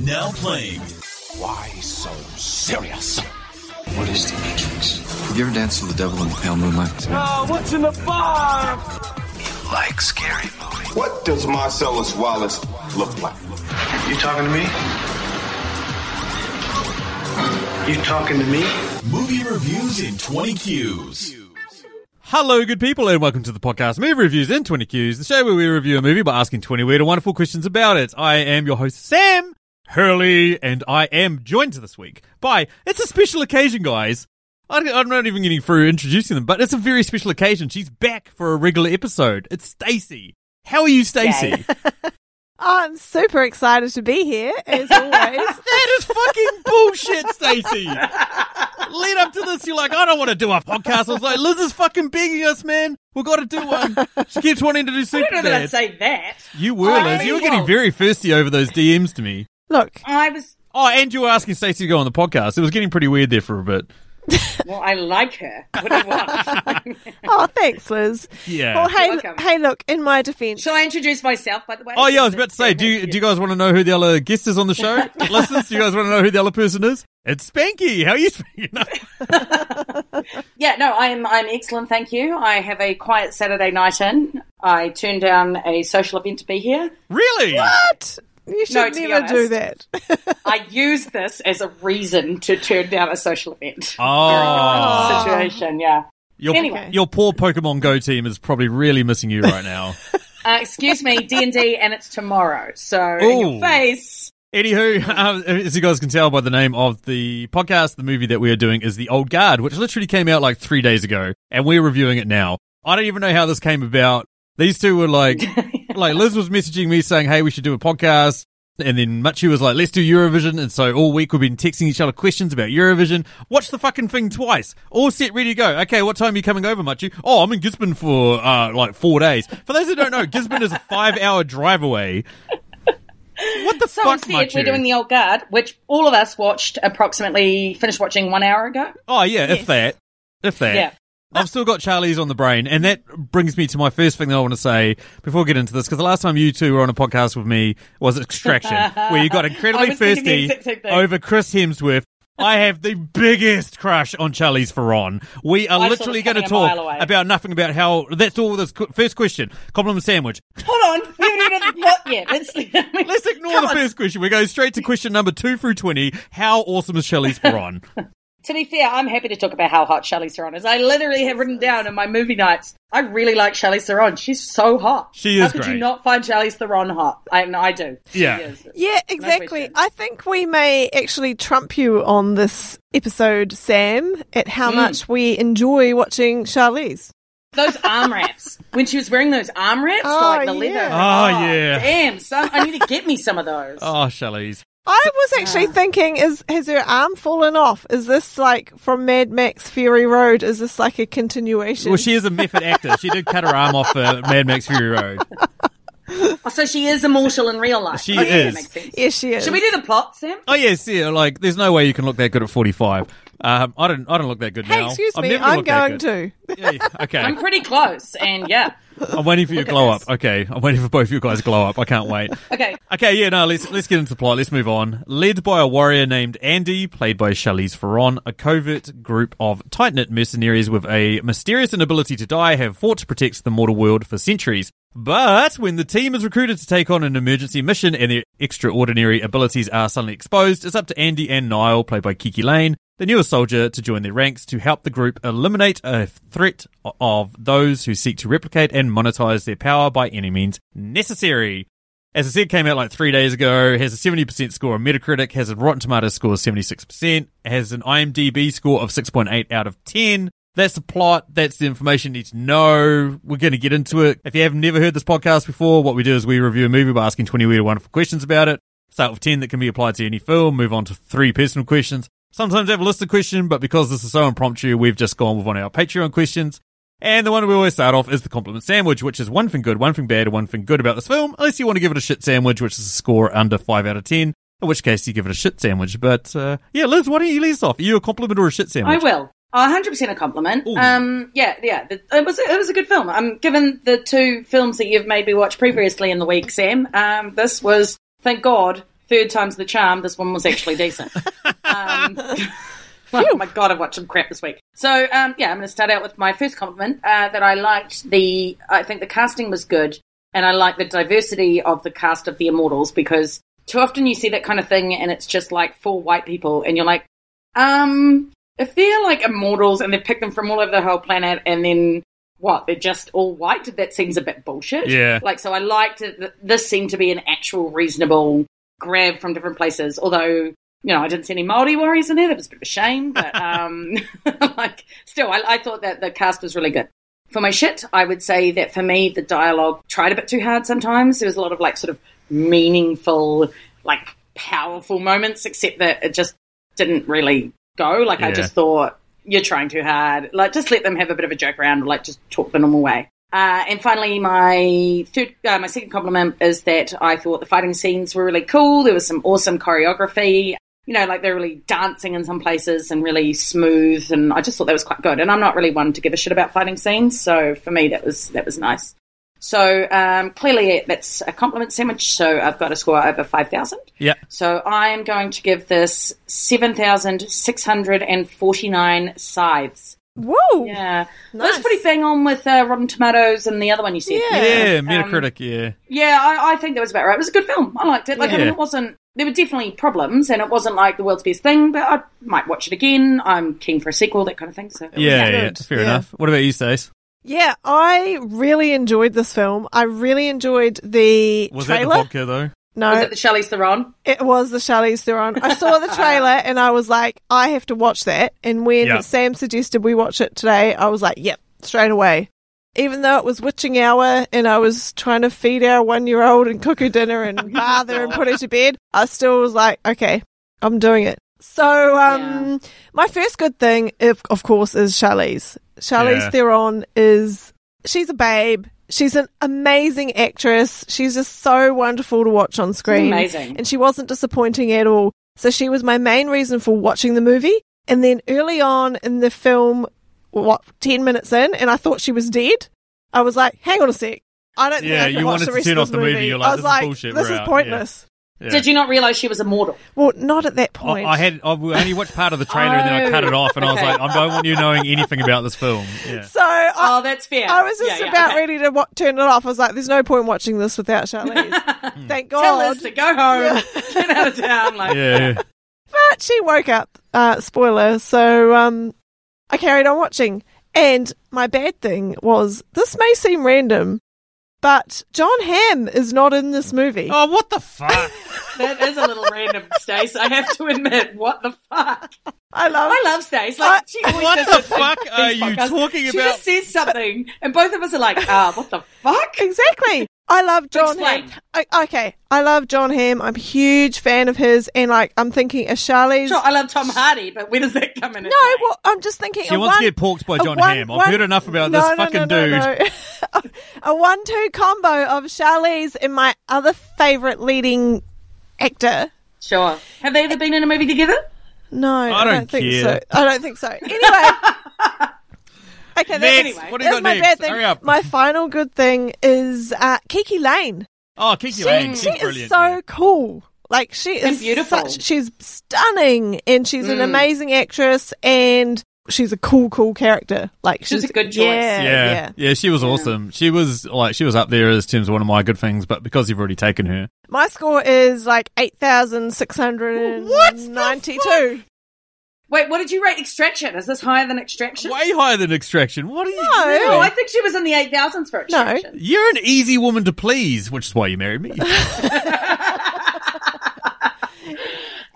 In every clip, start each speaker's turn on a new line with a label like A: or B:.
A: Now playing.
B: Why so serious? What is the Matrix?
C: Have you ever danced with the devil in the pale moonlight?
B: Like scary movie.
D: What does Marcellus Wallace look like?
E: You talking to me? You talking to me?
A: Movie reviews in 20 cues.
F: Hello, good people, and welcome to the podcast Movie Reviews in 20 Qs, the show where we review a movie by asking 20 weird and wonderful questions about it. I am your host, Sam Hurley, and I am joined this week by, it's a special occasion, guys. I don't- I'm not even getting through introducing them, but it's a very special occasion. She's back for a regular episode. It's Stacy. How are you, Stacy?
G: Oh, I'm super excited to be here, as always.
F: That is fucking bullshit, Stacey. Lead up to this, you're like, I don't want to do a podcast. I was like, Liz is fucking begging us, man. We've got to do one. She keeps wanting to do
H: I don't know that I'd
F: Superbad.
H: say that.
F: You were,
H: I-
F: Liz. You were getting very thirsty over those DMs to me.
G: Look,
H: I was.
F: Oh, and you were asking Stacey to go on the podcast. It was getting pretty weird there for a bit.
H: Well, I like her. What do you want?
G: oh, thanks, Liz.
F: Yeah.
G: Well, hey,
H: welcome.
G: hey, look. In my defence,
H: Shall I introduce myself, by the way?
F: Oh, yeah, I was about to say, do you, do you guys want to know who the other guest is on the show? Listeners, do you guys want to know who the other person is? It's Spanky. How are you, Spanky? No.
H: Yeah, no, I'm I'm excellent, thank you. I have a quiet Saturday night in. I turned down a social event to be here.
F: Really?
G: what? You should
H: to be
G: never do
H: honest.
G: that.
H: I use this as a reason to turn down a social event.
F: Oh.
H: Situation, yeah.
F: Your,
H: Anyway.
F: your poor Pokemon Go team is probably really missing you right now.
H: Uh, excuse me, D and D, and it's tomorrow. So in
F: Ooh.
H: your face.
F: Anywho, um, as you guys can tell by the name of the podcast, the movie that we are doing is The Old Guard, which literally came out like three days ago, and we're reviewing it now. I don't even know how this came about. These two were like, like Liz was messaging me saying, "Hey, we should do a podcast," and then Machi was like, "Let's do Eurovision." And so all week we've been texting each other questions about Eurovision. Watch the fucking thing twice. All set, ready to go. Okay, what time are you coming over, Machi? Oh, I'm in Gisborne for uh, like four days. For those who don't know, Gisborne is a five-hour drive away. What the
H: So
F: fuck,
H: instead, we're
F: Machi?
H: doing the old guard, which all of us watched approximately finished watching one hour ago.
F: Oh yeah, if that, if that.
H: Yeah.
F: I've still got Charlie's on the brain, and that brings me to my first thing that I want to say before we get into this. Because the last time you two were on a podcast with me was Extraction, where you got
H: I
F: incredibly
H: was thinking the
F: thirsty
H: exact same thing.
F: over Chris Hemsworth. I have the biggest crush on Charlie's Ferron. We are
H: I saw this
F: literally going to
H: coming a mile
F: talk
H: away.
F: about nothing about how that's all. This qu- first question, compliment sandwich.
H: Hold on, we haven't even what yet. Let's,
F: Let's ignore the first question. We go straight to question number two through twenty. How awesome is Charlie's Ferron?
H: To be fair, I'm happy to talk about how hot Charlize Theron is. I literally have written down in my movie nights. I really like Charlize Theron. She's so hot.
F: She
H: How
F: is
H: could
F: great.
H: you not find Charlize Theron hot? I, no, I do. She
F: Yeah.
H: is.
G: yeah, exactly.
H: question.
G: I think we may actually trump you on this episode, Sam, at how
H: Mm.
G: much we enjoy watching Charlize.
H: Those arm wraps. when she was wearing those arm wraps, for,
G: Oh,
H: like the
G: yeah.
H: leather.
F: Oh, yeah.
H: Damn, some, I need to get me some of those.
F: Oh, Charlie's.
G: I was
H: Ah.
G: actually thinking: is has her arm fallen off? Is this like from Mad Max Fury Road? Is this like a continuation?
F: Well, she is a method actor. She did cut her arm off for Mad Max Fury Road.
H: Oh, so she is immortal in real life.
F: She
H: Oh, yeah,
F: is.
H: that makes sense.
G: yes, she is.
H: Should we do the plot, Sam?
F: Oh yeah, see, like there's no way you can look that good at 45. Um, I don't, I don't look that good
G: hey,
F: now.
G: excuse
F: I've
G: me,
F: never
G: I'm
F: looked
G: going
F: that good.
G: to.
F: Yeah, okay,
H: I'm pretty close, and yeah.
F: I'm waiting for your
H: Look at
F: glow up.
H: this.
F: Okay, I'm waiting for both of you guys to glow up. I can't wait.
H: Okay,
F: Okay, yeah, no, let's let's get into the plot. Let's move on. Led by a warrior named Andy, played by Charlize Theron, a covert group of tight-knit mercenaries with a mysterious inability to die have fought to protect the mortal world for centuries. But when the team is recruited to take on an emergency mission and their extraordinary abilities are suddenly exposed, it's up to Andy and Niall, played by Kiki Lane, the newest soldier, to join their ranks to help the group eliminate a threat of those who seek to replicate and monetize their power by any means necessary. As I said, came out like three days ago. Has a seventy percent score on Metacritic. Has a Rotten Tomatoes score of seventy six percent. Has an IMDb score of six point eight out of ten. That's the plot. That's the information you need to know. We're going to get into it. If you have never heard this podcast before, what we do is we review a movie by asking twenty weird, and wonderful questions about it. Start with ten that can be applied to any film. Move on to three personal questions. Sometimes have a listed question, but because this is so impromptu, we've just gone with one of our Patreon questions. And the one we always start off is the compliment sandwich, which is one thing good, one thing bad, and one thing good about this film, unless you want to give it a shit sandwich, which is a score under 5 out of 10, in which case you give it a shit sandwich. But, uh, yeah, Liz, why don't you lead us off? Are you a compliment or a shit
H: I
F: sandwich?
H: will. A hundred percent a compliment.
F: Ooh.
H: Um, yeah, yeah. The- It was it was a good film. Um, given the two films that you've made me watch previously in the week, Sam, um, this was thank God third time's the charm. This one was actually decent. um, oh my god, I've watched some crap this week. So um, yeah, I'm going to start out with my first compliment uh, that I liked the. I think the casting was good, and I like the diversity of the cast of the Immortals because too often you see that kind of thing, and it's just like four white people, and you're like, um, if they're like immortals and they pick them from all over the whole planet, and then what? They're just all white. That seems a bit bullshit.
F: Yeah.
H: Like so, I liked that this seemed to be an actual reasonable grab from different places. Although, you know, I didn't see any Maori warriors in there. That was a bit of a shame, but um, like still, I, I thought that the cast was really good. For my shit, I would say that for me, the dialogue tried a bit too hard sometimes. There was a lot of like sort of meaningful, like powerful moments, except that it just didn't really go. Like I
F: Yeah.
H: just thought you're trying too hard. Like just let them have a bit of a joke around. Like just talk the normal way. Uh, and finally, my third, uh, my second compliment is that I thought the fighting scenes were really cool. There was some awesome choreography. You know, like they're really dancing in some places and really smooth. And I just thought that was quite good. And I'm not really one to give a shit about fighting scenes, so for me that was that was nice. So um, clearly that's a compliment sandwich. So I've got a score over five thousand.
F: Yeah.
H: So I am going to give this 7,649 scythes.
G: Whoa.
H: Yeah.
G: Nice.
H: That's pretty bang on with uh, Rotten Tomatoes and the other one you said.
G: Yeah.
F: Yeah, Metacritic,
G: Um,
F: yeah.
H: Yeah, I, I think that was about right. It was a good film. I liked it. Like, I mean,
F: Yeah.
H: it wasn't. There were definitely problems, and it wasn't like the world's best thing. But I might watch it again. I'm keen for a sequel, that kind of thing. So it was
F: Yeah,
H: good.
F: yeah,
G: good.
F: fair
G: Yeah.
F: enough. What about you, Stace?
G: Yeah, I really enjoyed this film. I really enjoyed the
F: Was that the
G: trailer.
F: vodka, though?
G: no,
H: Was it the Charlize Theron?
G: It was the Charlize Theron. I saw the trailer and I was like, I have to watch that. And when
F: Yeah.
G: Sam suggested we watch it today, I was like, yep, straight away. Even though it was witching hour and I was trying to feed our one year old and cook her dinner and bath her and put her to bed, I still was like, okay, I'm doing it. So, um, my first good thing, if, of course, is Charlize. Charlize
F: Yeah.
G: Theron is she's a babe. She's an amazing actress. She's just so wonderful to watch on screen.
H: amazing.
G: And she wasn't disappointing at all. So she was my main reason for watching the movie. And then early on in the film, what, 10 minutes in, and I thought she was dead. I was like, hang on a sec. I don't
F: Yeah,
G: think I can
F: you
G: watch
F: wanted
G: the
F: to
G: rest
F: turn
G: of
F: off
G: this
F: the movie. You're like,
G: I was
F: this is
G: like,
F: bullshit.
G: this
F: We're
G: is
F: out. Yeah.
G: pointless.
F: Yeah.
H: Did you not realize she was immortal?
G: Well, not at that
F: I,
G: point.
F: I had I only watched part of the trailer and
G: Oh,
F: then I cut it off and I was
H: Okay.
F: like, I don't want you knowing anything about this film. Yeah.
G: so I,
H: Oh, that's fair.
G: I was just
H: Yeah, yeah,
G: about
H: okay.
G: ready to wa turn it off. I was like, there's no point watching this without Charlize. Thank
H: Tell
G: God.
H: us to go home, get out of town. Like,
F: Yeah.
G: But she woke up. Uh, spoiler. So um, I carried on watching. And my bad thing was this may seem random, but John Hamm is not in this movie.
F: Oh, what the fuck?
H: That is a little random, Stace. I have to admit, what the fuck?
G: I love.
H: I love Stace. Like
G: I-
H: she always
F: What
H: does
F: the
H: this in
F: fuck
H: these
F: are you
H: podcasts.
F: talking
H: She
F: about?
H: just says something, and both of us are like, "Ah, what the fuck?"
G: Exactly. I love John
H: Explain.
G: Hamm. I, okay, I love John Hamm. I'm a huge fan of his, and like I'm thinking, is Charlize?
H: Sure, I love Tom Hardy, but when does that come in?
G: No, well, I'm just thinking.
F: She
G: a
F: wants to
G: one-
F: get porked by
G: a
F: John
G: one-
F: Hamm. I've
G: one-
F: heard enough about this fucking
G: no, no. a one-two combo of Charlize and my other favorite leading actor.
H: sure. Have they ever been in a movie together?
G: No, I
F: don't
G: don't, think
F: care.
G: so. I don't think so. Anyway. Okay,
F: Next.
G: that's,
F: What do you
G: that's
F: got
G: my
F: next?
G: bad thing.
F: Hurry up.
G: My final good thing is uh, Kiki Lane.
F: Oh, Kiki
G: she,
F: Lane. She's
G: she is
F: brilliant.
G: so
F: yeah.
G: cool. Like she is
H: And beautiful. Mm.
G: Such, she's stunning, and she's an amazing actress, and she's a cool, cool character. Like she's,
H: was a good choice.
G: Yeah,
F: yeah.
G: yeah.
F: Yeah, she was awesome. She was like she was up there as terms of one of my good things, but because you've already taken her.
G: My score is like eight thousand six hundred and ninety-two.
H: Wait, what did you rate Extraction? Is this higher than Extraction?
F: Way higher than extraction. What are you
G: No.
F: really?
H: No, I think she was in the eight thousands for
G: No.
H: Extraction.
F: You're an easy woman to please, which is why you married me.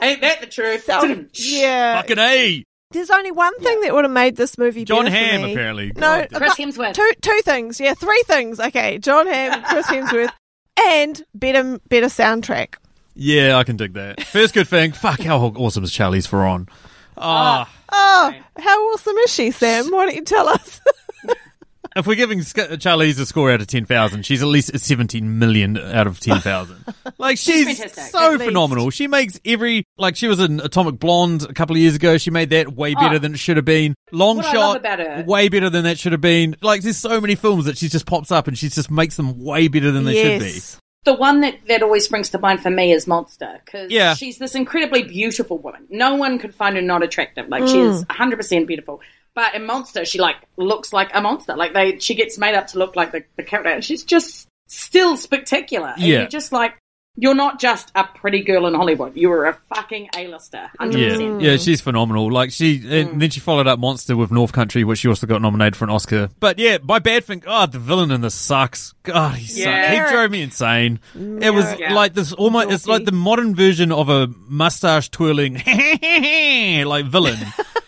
H: Ain't that the truth?
G: So yeah,
F: Fucking A.
G: there's only one thing that would have made this movie.
F: John
G: better for
F: Hamm,
G: me.
F: apparently.
G: No,
F: God.
H: Chris Hemsworth.
G: two two things. Yeah, three things. Okay, John Hamm, Chris Hemsworth, and better better soundtrack.
F: Yeah, I can dig that. First good thing. Fuck, how awesome is Charlie's Theron? Ah.
G: Oh, how awesome is she, Sam? Why don't you tell us?
F: If we're giving Sc- Charlize a score out of 10,000, she's at least at 17 million out of 10,000. like, she's
H: fantastic.
F: so
G: At least.
F: phenomenal. She makes every, like, she was in Atomic Blonde a couple of years ago. She made that way better than it should have been. Long
H: Ah. What I
F: Shot,
H: love about her-
F: way better than that should have been. Like, there's so many films that she just pops up and she just makes them way better than they should be.
H: the one that, that always springs to mind for me is Monster because
F: Yeah.
H: she's this incredibly beautiful woman. No one could find her not attractive. Like she is 100% beautiful. But in Monster, she like looks like a monster. Like they, she gets made up to look like the, the character. And she's just still spectacular. And
F: Yeah.
H: You're just like you're not just a pretty girl in Hollywood. You are a fucking A-lister. 100%.
F: Yeah, yeah, she's phenomenal. Like she,
H: Mm.
F: and then she followed up Monster with North Country, which she also got nominated for an Oscar. But yeah, my bad thing. God, the villain in this sucks. God, he
H: Yeah.
F: sucked. He drove me insane. It was
H: Yeah.
F: like this almost. It's like the modern version of a mustache twirling like villain.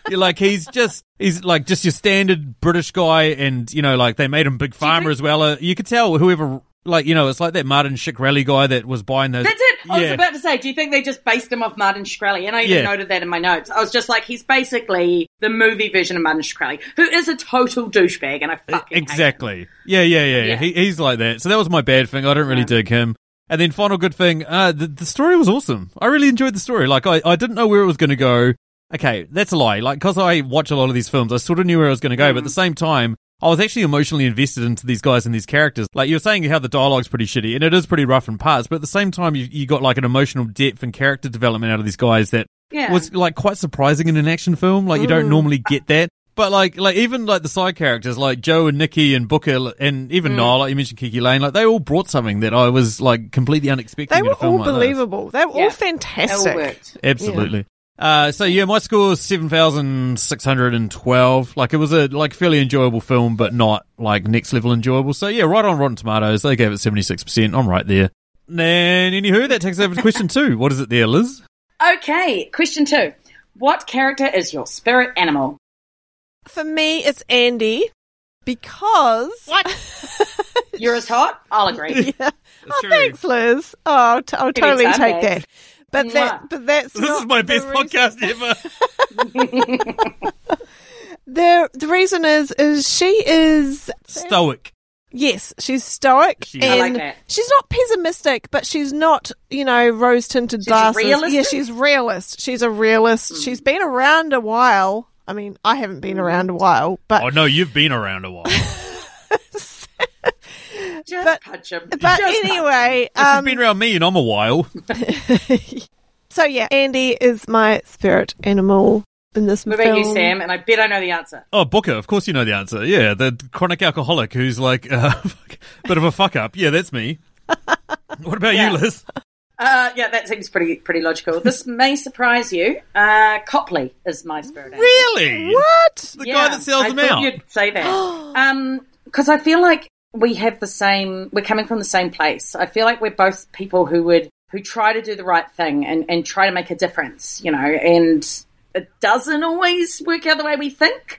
F: You're like he's just he's like just your standard British guy, and you know like they made him big farmer as well. Uh, you could tell whoever. Like you know, it's like that Martin Schick rally guy that was buying the.
H: That's it. I was
F: Yeah.
H: about to say, do you think they just based him off Martin Shkreli? And I even
F: Yeah.
H: noted that in my notes. I was just like, he's basically the movie version of Martin Shkreli, who is a total douchebag, and I fucking hate
F: E-
H: him.
F: exactly. Yeah, yeah, yeah. yeah.
H: Yeah.
F: He, he's like that. So that was my bad thing. I don't really dig him. And then final good thing, uh, the, the story was awesome. I really enjoyed the story. Like I, I didn't know where it was going to go. Okay, that's a lie. Like because I watch a lot of these films, I sort of knew where it was going to go. But
H: Mm.
F: at the same time, I was actually emotionally invested into these guys and these characters. Like you were saying, how the dialogue's pretty shitty, and it is pretty rough in parts. But at the same time, you, you got like an emotional depth and character development out of these guys that
H: Yeah.
F: was like quite surprising in an action film. Like you
G: Mm.
F: don't normally get that. But like, like even like the side characters, like Joe and Nikki and Booker l- and
G: Mm.
F: even Niall, like you mentioned Kiki Lane, like they all brought something that I was like completely unexpected.
G: They
F: in
G: were
F: a film
G: all
F: like this.
G: believable. They were
H: Yeah.
G: all
H: It all
G: fantastic.
H: worked.
F: Absolutely. Uh, so yeah, my score is seven thousand six hundred and twelve. Like it was a like fairly enjoyable film, but not like next level enjoyable. So yeah, right on Rotten Tomatoes, they gave it seventy six percent. I'm right there. And anywho, that takes over to question two. What is it there, Liz?
H: Okay, question two. What character is your spirit animal?
G: For me, it's Andy because.
H: You're as hot? I'll agree.
G: Oh, thanks, Liz. Oh, I'll, t- I'll totally
H: Anytime,
G: take
H: babes.
G: that. But that,
H: Mwah.
G: but that's
F: This is
G: not
F: my
G: the
F: best
G: reason-
F: podcast ever.
G: The the reason is is she is
F: Stoic.
G: yes she's stoic
F: She-
G: and
H: I like that.
G: she's not pessimistic, but she's not you know rose tinted
H: She's
G: glasses. Yeah,
H: realistic? Hmm.
G: she's realist. She's a realist. She's been around a while. I mean, I haven't been around a while, but
F: Oh no, you've been around a while.
H: Just
G: But-
H: punch him.
G: but
H: Just
G: anyway,
F: She's
G: um,
F: been around me and I'm a while.
G: so yeah, Andy is my spirit animal in this
H: What
G: movie.
H: about you, Sam? And I bet I know the answer.
F: Oh, Booker, of course you know the answer. Yeah, the chronic alcoholic who's like uh, bit of a fuck up. Yeah, that's me. What about
H: Yeah.
F: you, Liz?
H: Uh, yeah, that seems pretty pretty logical. This may surprise you. Uh, Copley is my spirit animal.
F: Really?
G: What?
F: The guy that sells
H: I
F: them
H: thought
F: out.
H: You'd say that because I feel like we have the same. We're coming from the same place. I feel like we're both people who would who try to do the right thing and and try to make a difference. You know, and it doesn't always work out the way we think,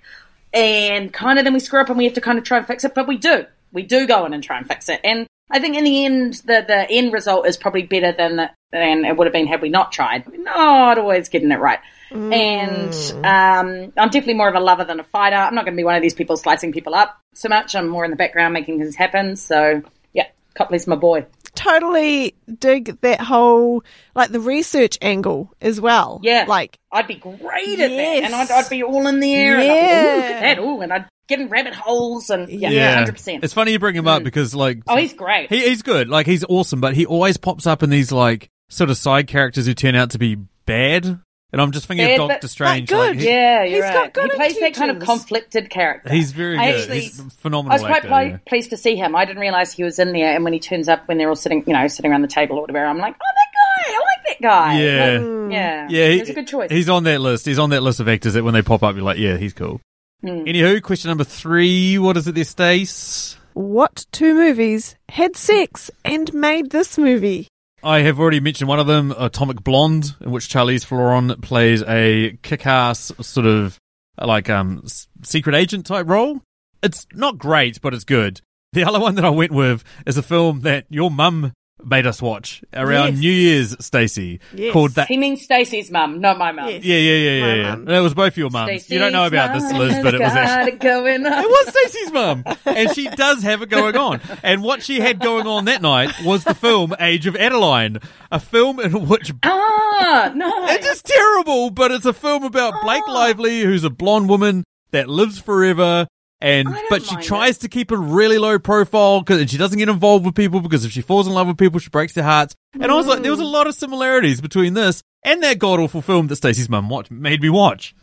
H: and kind of then we screw up and we have to kind of try and fix it. But we do, we do go in and try and fix it. And I think in the end, the the end result is probably better than the, than it would have been had we not tried. We're not always getting it right
G: Mm.
H: and um, I'm definitely more of a lover than a fighter. I'm not going to be one of these people slicing people up so much. I'm more in the background making things happen. So yeah, Copley's my boy.
G: totally dig that whole like the research angle as well.
H: Yeah,
G: like
H: I'd be great at
G: Yes.
H: that, and I'd, I'd be all in the air. and I'd be, ooh, look
G: Yeah.
H: at that, ooh, and I'd get in rabbit holes, and yeah,
F: Yeah.
H: hundred percent.
F: It's funny you bring him up because like
H: Oh, he's great.
F: He, he's good. Like he's awesome, but he always pops up in these like sort of side characters who turn out to be bad. And I'm just thinking
H: Bad,
F: of
H: but-
F: Doctor
H: but
F: Strange.
G: good,
F: like, he-
H: yeah, you're
G: He's
H: right.
G: got good
H: he plays that kind of
G: intentions.
H: conflicted character.
F: He's very
H: I
F: good.
H: actually-
F: he's a
H: I
F: phenomenal
H: was quite
F: actor,
H: pl-
F: yeah.
H: pleased to see him. I didn't realize he was in there, and when he turns up, when they're all sitting, you know, sitting around the table or whatever, I'm like, oh, that guy, I like that guy.
F: Yeah.
H: Like, yeah,
F: Yeah,
H: It
F: he-
H: was a good choice.
F: He's on that list. He's on that list of actors that when they pop up, you're like, yeah, he's cool.
H: Hmm.
F: Anywho, question number three. What is it there, Stace?
G: what two movies had sex and made this movie?
F: I have already mentioned one of them, Atomic Blonde, in which Charlize Theron plays a kick-ass sort of like um s- secret agent type role. It's not great, but it's good. The other one that I went with is a film that your mum made us watch around
G: Yes.
F: New Year's, Stacey,
G: Yes.
F: called that.
H: He means Stacey's mum, not my mum.
G: Yes.
F: Yeah, yeah, yeah, yeah,
G: My
F: yeah.
G: mum.
F: That was both your mums. You don't know about this, Liz, but it was actually.
H: actually going on.
F: It was Stacey's mum, and she does have it going on. And what she had going on that night was the film Age of Adeline, a film in which
H: Ah, no.
F: it's just
H: Oh.
F: terrible, but it's a film about Blake Lively, who's a blonde woman that lives forever. and
H: don't
F: but she
H: mind
F: tries to keep a really low profile because she doesn't get involved with people because if she falls in love with people, she breaks their hearts. And I was like, there was a lot of similarities between this and that god awful film that Stacey's mum watched made me watch.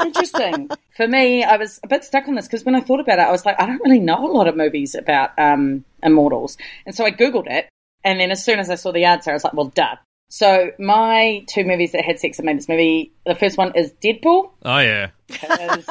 H: Interesting. For me, I was a bit stuck on this because when I thought about it, I was like, I don't really know a lot of movies about um, immortals. And so I Googled it. And then as soon as I saw the answer, I was like, well, duh. So my two movies that had sex that made this movie, the first one is Deadpool.
F: Oh yeah,
H: 'cause,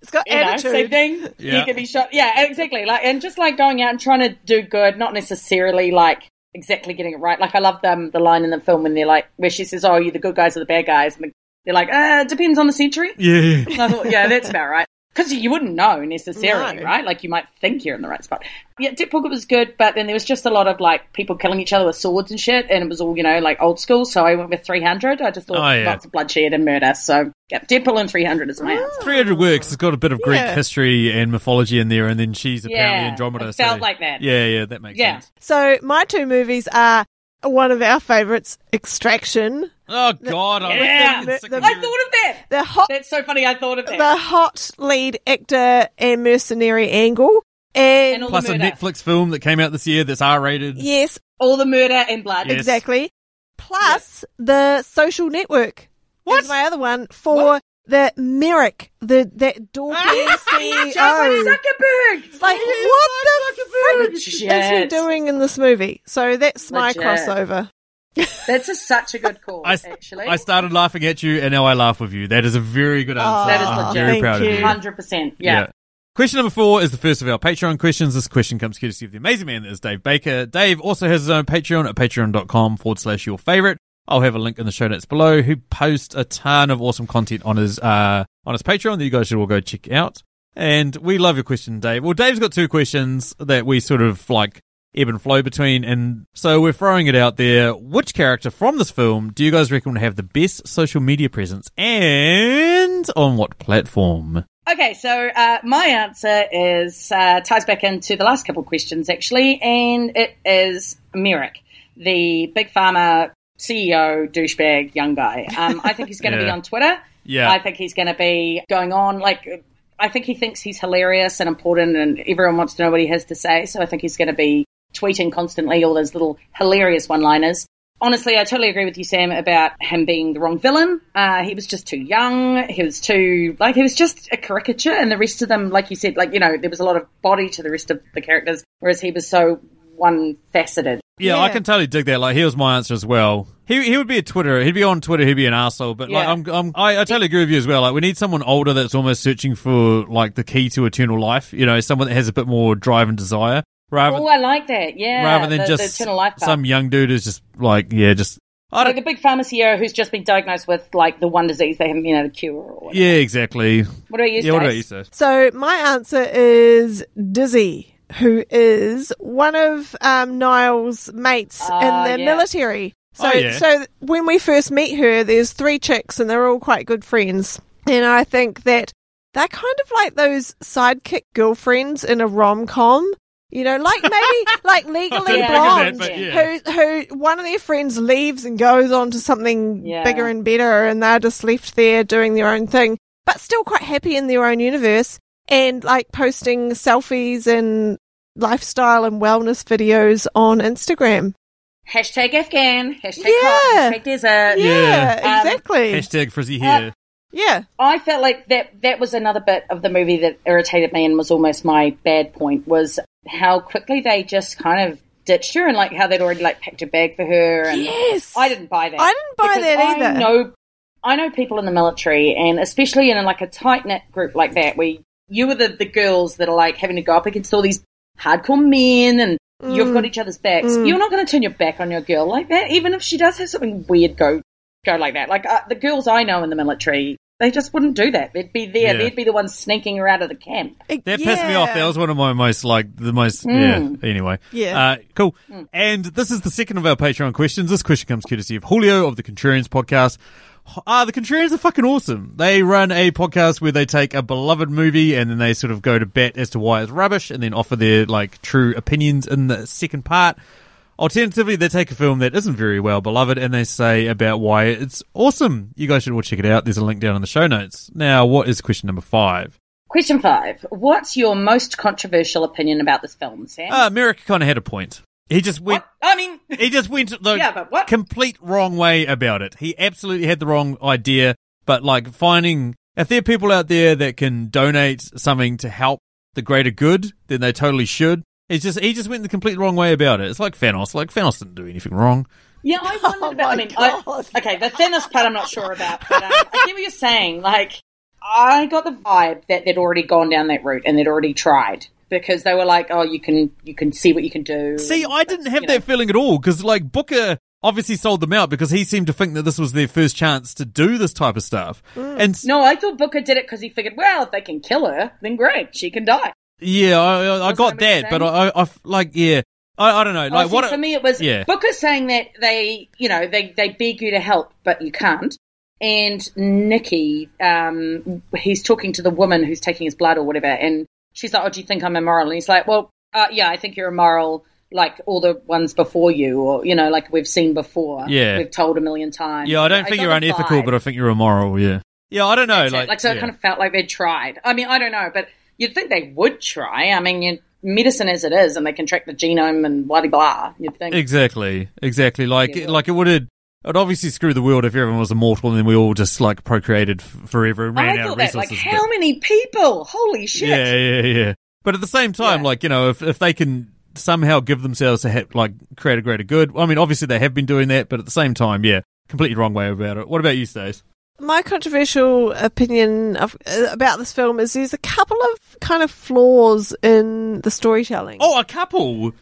G: It's got
H: you know, same
G: attitude.
H: thing.
F: Yeah.
H: You can be shot. Yeah, exactly. Like And just like going out and trying to do good, not necessarily like exactly getting it right. Like I love them, the line in the film when they're like, where she says, oh, you the good guys or the bad guys. And they're like, uh, depends on the century.
F: yeah.
H: And I thought, yeah, that's about right. Because you wouldn't know necessarily,
G: No.
H: right? Like you might think you're in the right spot. Yeah, Deadpool was good, but then there was just a lot of like people killing each other with swords and shit, and it was all you know like old school. So I went with 300. I just thought
F: Oh, yeah.
H: lots of bloodshed and murder. So yeah, Deadpool and 300 is my
G: Ah.
H: answer.
F: 300 works. It's got a bit of Greek
G: Yeah.
F: history and mythology in there, and then she's apparently
H: Yeah,
F: Andromeda.
H: it felt
F: so-
H: like that.
F: Yeah, yeah, that makes
H: Yeah.
F: sense.
G: So my two movies are one of our favorites, Extraction.
F: Oh God, I'm
H: Yeah.
F: thinking sick
G: The-
F: of
G: the-
H: I
F: you.
H: thought of that.
G: The hot
H: That's so funny. I thought of that.
G: the hot lead actor and mercenary angle. And,
H: and all
F: Plus
H: the
F: a
H: murder,
F: Netflix film that came out this year that's R-rated.
G: yes,
H: all the murder and blood.
F: Yes.
G: exactly. Plus the social network. What? my other one for the Merrick, the that E dorky
H: Ah, Mark
G: CEO.
H: Zuckerberg.
G: Like what the frick is he
H: Legit.
G: doing in this movie? So that's my
H: Legit.
G: crossover.
H: That's a, such a good call.
F: I, s-
H: actually, Oh,
F: I started laughing at you, and now I laugh with you. That is a very good answer.
H: That is
F: I'm
H: legit.
F: Very
G: Ah, Thank
F: proud
G: you.
F: of you.
H: 100%. Ah, yeah.
F: Question number four is the first of our Patreon questions. This question comes courtesy of the amazing man that is Dave Baker. Dave also has his own Patreon at patreon.com forward slash your favorite. I'll have a link in the show notes below who posts a ton of awesome content on his, uh, on his Patreon that you guys should all go check out. And we love your question, Dave. Well, Dave's got two questions that we sort of like ebb and flow between. And so we're throwing it out there. Which character from this film do you guys reckon would have the best social media presence and on what platform?
H: Okay, so uh, my answer is uh, ties back into the last couple of questions actually, and it is Merrick, the big pharma CEO douchebag young guy. Um, I think he's going to be
F: Yeah.
H: on Twitter.
F: Yeah.
H: I think he's going to be going on like. I think he thinks he's hilarious and important, and everyone wants to know what he has to say. So I think he's going to be tweeting constantly all those little hilarious one-liners honestly, I totally agree with you, Sam, about him being the wrong villain. Uh, he was just too young. He was too like he was just a caricature, and the rest of them, like you said, like you know, there was a lot of body to the rest of the characters, whereas he was so one faceted.
F: Yeah, I can totally dig that. Like, he was my answer as well. He he would be a Twitter. He'd be on Twitter. He'd be an asshole. But like,
H: Yeah.
F: I'm, I'm I, I totally agree with you as well. Like, we need someone older that's almost searching for like the key to eternal life. You know, someone that has a bit more drive and desire rather
H: Oh, I like that. Yeah,
F: rather than
H: the,
F: just
H: the eternal life part.
F: some young dude who's just like yeah, just I
H: like
F: don't.
H: a big pharmacy hero who's just been diagnosed with like the one disease they haven't been able to cure. Or whatever.
F: Yeah, exactly.
H: What about you?
F: yeah, what about
H: Stace?
F: you, sir?
G: So my answer is Dizzy, who is one of um, Niall's mates
H: Ah,
G: in the
H: yeah.
G: military. So,
F: Oh, yeah.
G: so when we first meet her, there's three chicks and they're all quite good friends. And I think that they're kind of like those sidekick girlfriends in a rom com. You know, like maybe like legally
H: think of
G: blonde,
H: that, but
F: yeah.
G: who who one of their friends leaves and goes on to something
H: Yeah.
G: bigger and better, and they're just left there doing their own thing, but still quite happy in their own universe and like posting selfies and lifestyle and wellness videos on Instagram.
H: Hashtag Afghan. Hashtag hot.
G: Yeah.
H: Hashtag
G: Yeah,
H: desert.
F: Yeah.
H: Um,
G: exactly.
F: Hashtag frizzy
H: Uh,
F: hair.
G: yeah.
H: I felt like that that was another bit of the movie that irritated me and was almost my bad point was how quickly they just kind of ditched her and like how they'd already like packed a bag for her and
G: Yes.
H: I didn't buy that.
G: I didn't buy
H: Because
G: that either.
H: I know I know people in the military and especially in like a tight knit group like that where you are the, the girls that are like having to go up against all these hardcore men and
G: Mm.
H: you've got each other's backs. You're not going to turn your back on your girl like that, even if she does have something weird go go like that. Like uh, the girls I know in the military, they just wouldn't do that. They'd be
F: Yeah.
H: there. They'd be the ones sneaking her out of the camp.
G: It-
F: That pissed me
G: yeah. Mm.
F: off. That was one of my most like the most. Yeah. Anyway.
G: Yeah. Mm.
F: Uh, cool. And this is the second of our Patreon questions. This question comes courtesy of Julio of the Contrarians podcast. Uh, the Contrarians are fucking awesome. They run a podcast where they take a beloved movie and then they sort of go to bat as to why it's rubbish and then offer their like true opinions in the second part. Alternatively, they take a film that isn't very well beloved and they say about why it's awesome. You guys should all check it out. There's a link down in the show notes. Now, what is question number five?
H: Question five. What's your most controversial opinion about this film, Sam?
F: Uh, Merrick kind of had a point. He just went.
H: what? I mean,
F: He just went the
H: Yeah, but what-
F: complete wrong way about it. He absolutely had the wrong idea. But like finding if there are people out there that can donate something to help the greater good, then they totally should. It's just he just went the complete wrong way about it. It's like Thanos. Like Thanos didn't do anything wrong.
H: yeah, I wondered about. I mean, I, okay, the Thanos part I'm not sure about. But, um, I get what you're saying. Like, I got the vibe that they'd already gone down that route and they'd already tried because they were like, "Oh, you can, you can see what you can do."
F: See,
H: And-
F: I didn't have
H: you know.
F: that feeling at all because like Booker obviously sold them out because he seemed to think that this was their first chance to do this type of stuff. And s-
H: Mm. No, I thought Booker did it because he figured, well, if they can kill her, then great, she can die.
F: yeah, I, I, I
H: Does
F: got
H: that make
F: that, but
H: sense?
F: I, I, I f- like yeah, I, I don't know. Like
H: Obviously,
F: what
H: for me, it was
F: yeah.
H: Booker saying that they, you know, they, they beg you to help, but you can't. And Nikki, um, he's talking to the woman who's taking his blood or whatever, and she's like, "Oh, do you think I'm immoral?" And he's like, "Well, uh, yeah, I think you're immoral, like all the ones before you, or you know, like we've seen before.
F: Yeah.
H: we've told a million times.
F: Yeah, I don't think
H: got
F: you're
H: the
F: unethical,
H: vibe.
F: but I think you're immoral. Yeah, yeah, I don't know.
H: That's it.
F: Like,
H: like, so
F: yeah.
H: it kind of felt like they tried. I mean, I don't know, but you'd think they would try. I mean, you, medicine as it is, and they can track the genome and blah de blah. You'd think.
F: exactly, exactly. Like,
H: Yeah.
F: like it would have. It'd obviously screw the world if everyone was immortal and then we all just like procreated f- forever and ran
H: I
F: out of
H: thought that,
F: resources.
H: like,
F: but-
H: how many people? Holy shit!
F: yeah, yeah, yeah. But at the same time,
H: Yeah.
F: like you know, if if they can somehow give themselves to ha- like create a greater good, I mean, obviously they have been doing that, but at the same time, yeah, completely wrong way about it. What about you, Stace?
G: my controversial opinion of, uh, about this film is there's a couple of kind of flaws in the storytelling.
F: Oh, a couple.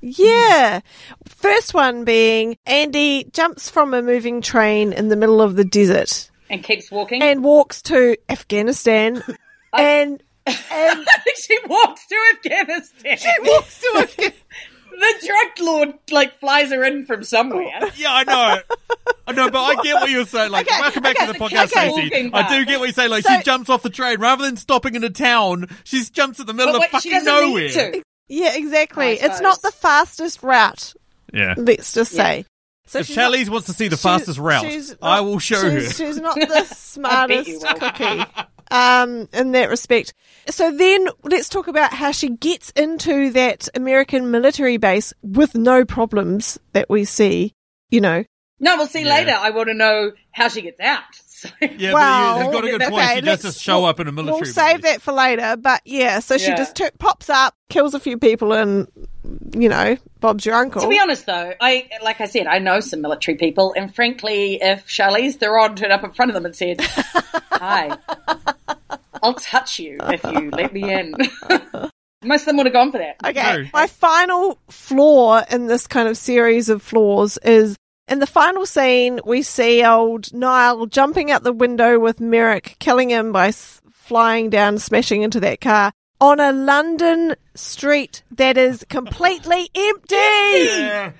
G: Yeah. First one being Andy jumps from a moving train in the middle of the desert
H: And keeps walking.
G: and walks to Afghanistan and and
H: she walks to Afghanistan.
G: walks to Afghanistan.
H: the drug lord like flies her in from somewhere.
F: Yeah, I know. I know, but I get what you're saying. Like,
G: Okay,
F: welcome back
G: okay,
F: to the
G: the
F: podcast,
G: kids are
F: Stacey.
H: walking
F: I do
H: back.
F: get what you say. Like,
G: So-
F: she jumps off the train rather than stopping in a town. She jumps in the middle
H: But
F: of
H: wait, she
F: fucking
H: doesn't
F: nowhere.
H: need to.
G: Yeah, exactly.
H: I
G: It's not the
H: suppose.
G: fastest route,
F: Yeah.
G: let's just
H: Yeah.
G: say. So
F: If
G: she's not-
F: Shelley's wants to see the
G: she's-
F: fastest route,
G: she's
F: I
G: not-
F: will show her.
G: she's, She's not the
H: you
G: smartest
H: will.
G: cookie um, in that respect. So then let's talk about how she gets into that American military base with no problems that we see, you know.
H: No, we'll see
F: Yeah.
H: later. I want to know how she gets out. So,
F: Yeah,
G: Wow.
F: but you, have got a good
H: Okay,
F: point. She does
G: let's-
F: just show
G: we'll-
F: up in a military.
G: We'll save
F: base.
G: that for later. But yeah, so she
H: Yeah.
G: just t- pops up, kills a few people, and, you know, Bob's your uncle.
H: To be honest, though, I like I said, I know some military people, and frankly, if Charlize Theron turned up in front of them and said, "Hi, I'll touch you if you let me in," most of them would have gone for that.
G: Okay.
F: No.
G: My final flaw in this kind of series of flaws is in the final scene, we see old Niall jumping out the window with Merrick, killing him by s- flying down, smashing into that car on a London street that is completely empty.
H: Empty.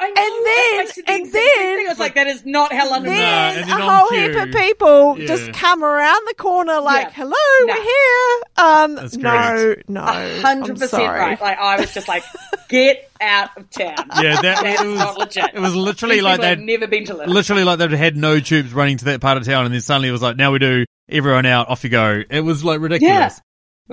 H: I know.
G: And then-
H: I said the
G: and
H: exact same
G: then-
H: thing. I was like, "That is not how London
F: Nah,
H: works."
G: There's a
F: and then on
G: whole
F: cue.
G: heap of people
F: Yeah.
G: just come around the corner like,
H: Yeah.
G: hello,
H: Nah.
G: we're
F: That's
G: here. Um,
F: correct.
G: no, no.
H: A Hundred
G: I'm
H: percent
G: sorry.
H: right. Like I was just like, "Get out of town."
F: Yeah, that
H: That's
F: it was
H: not legit.
F: It was literally
H: These
F: like
H: people have
F: that.
H: Never been to London.
F: Literally like they'd had no tubes running to that part of town, and then suddenly it was like, now we do. Everyone out, off you go. It was like
H: Yeah.
F: ridiculous.
H: It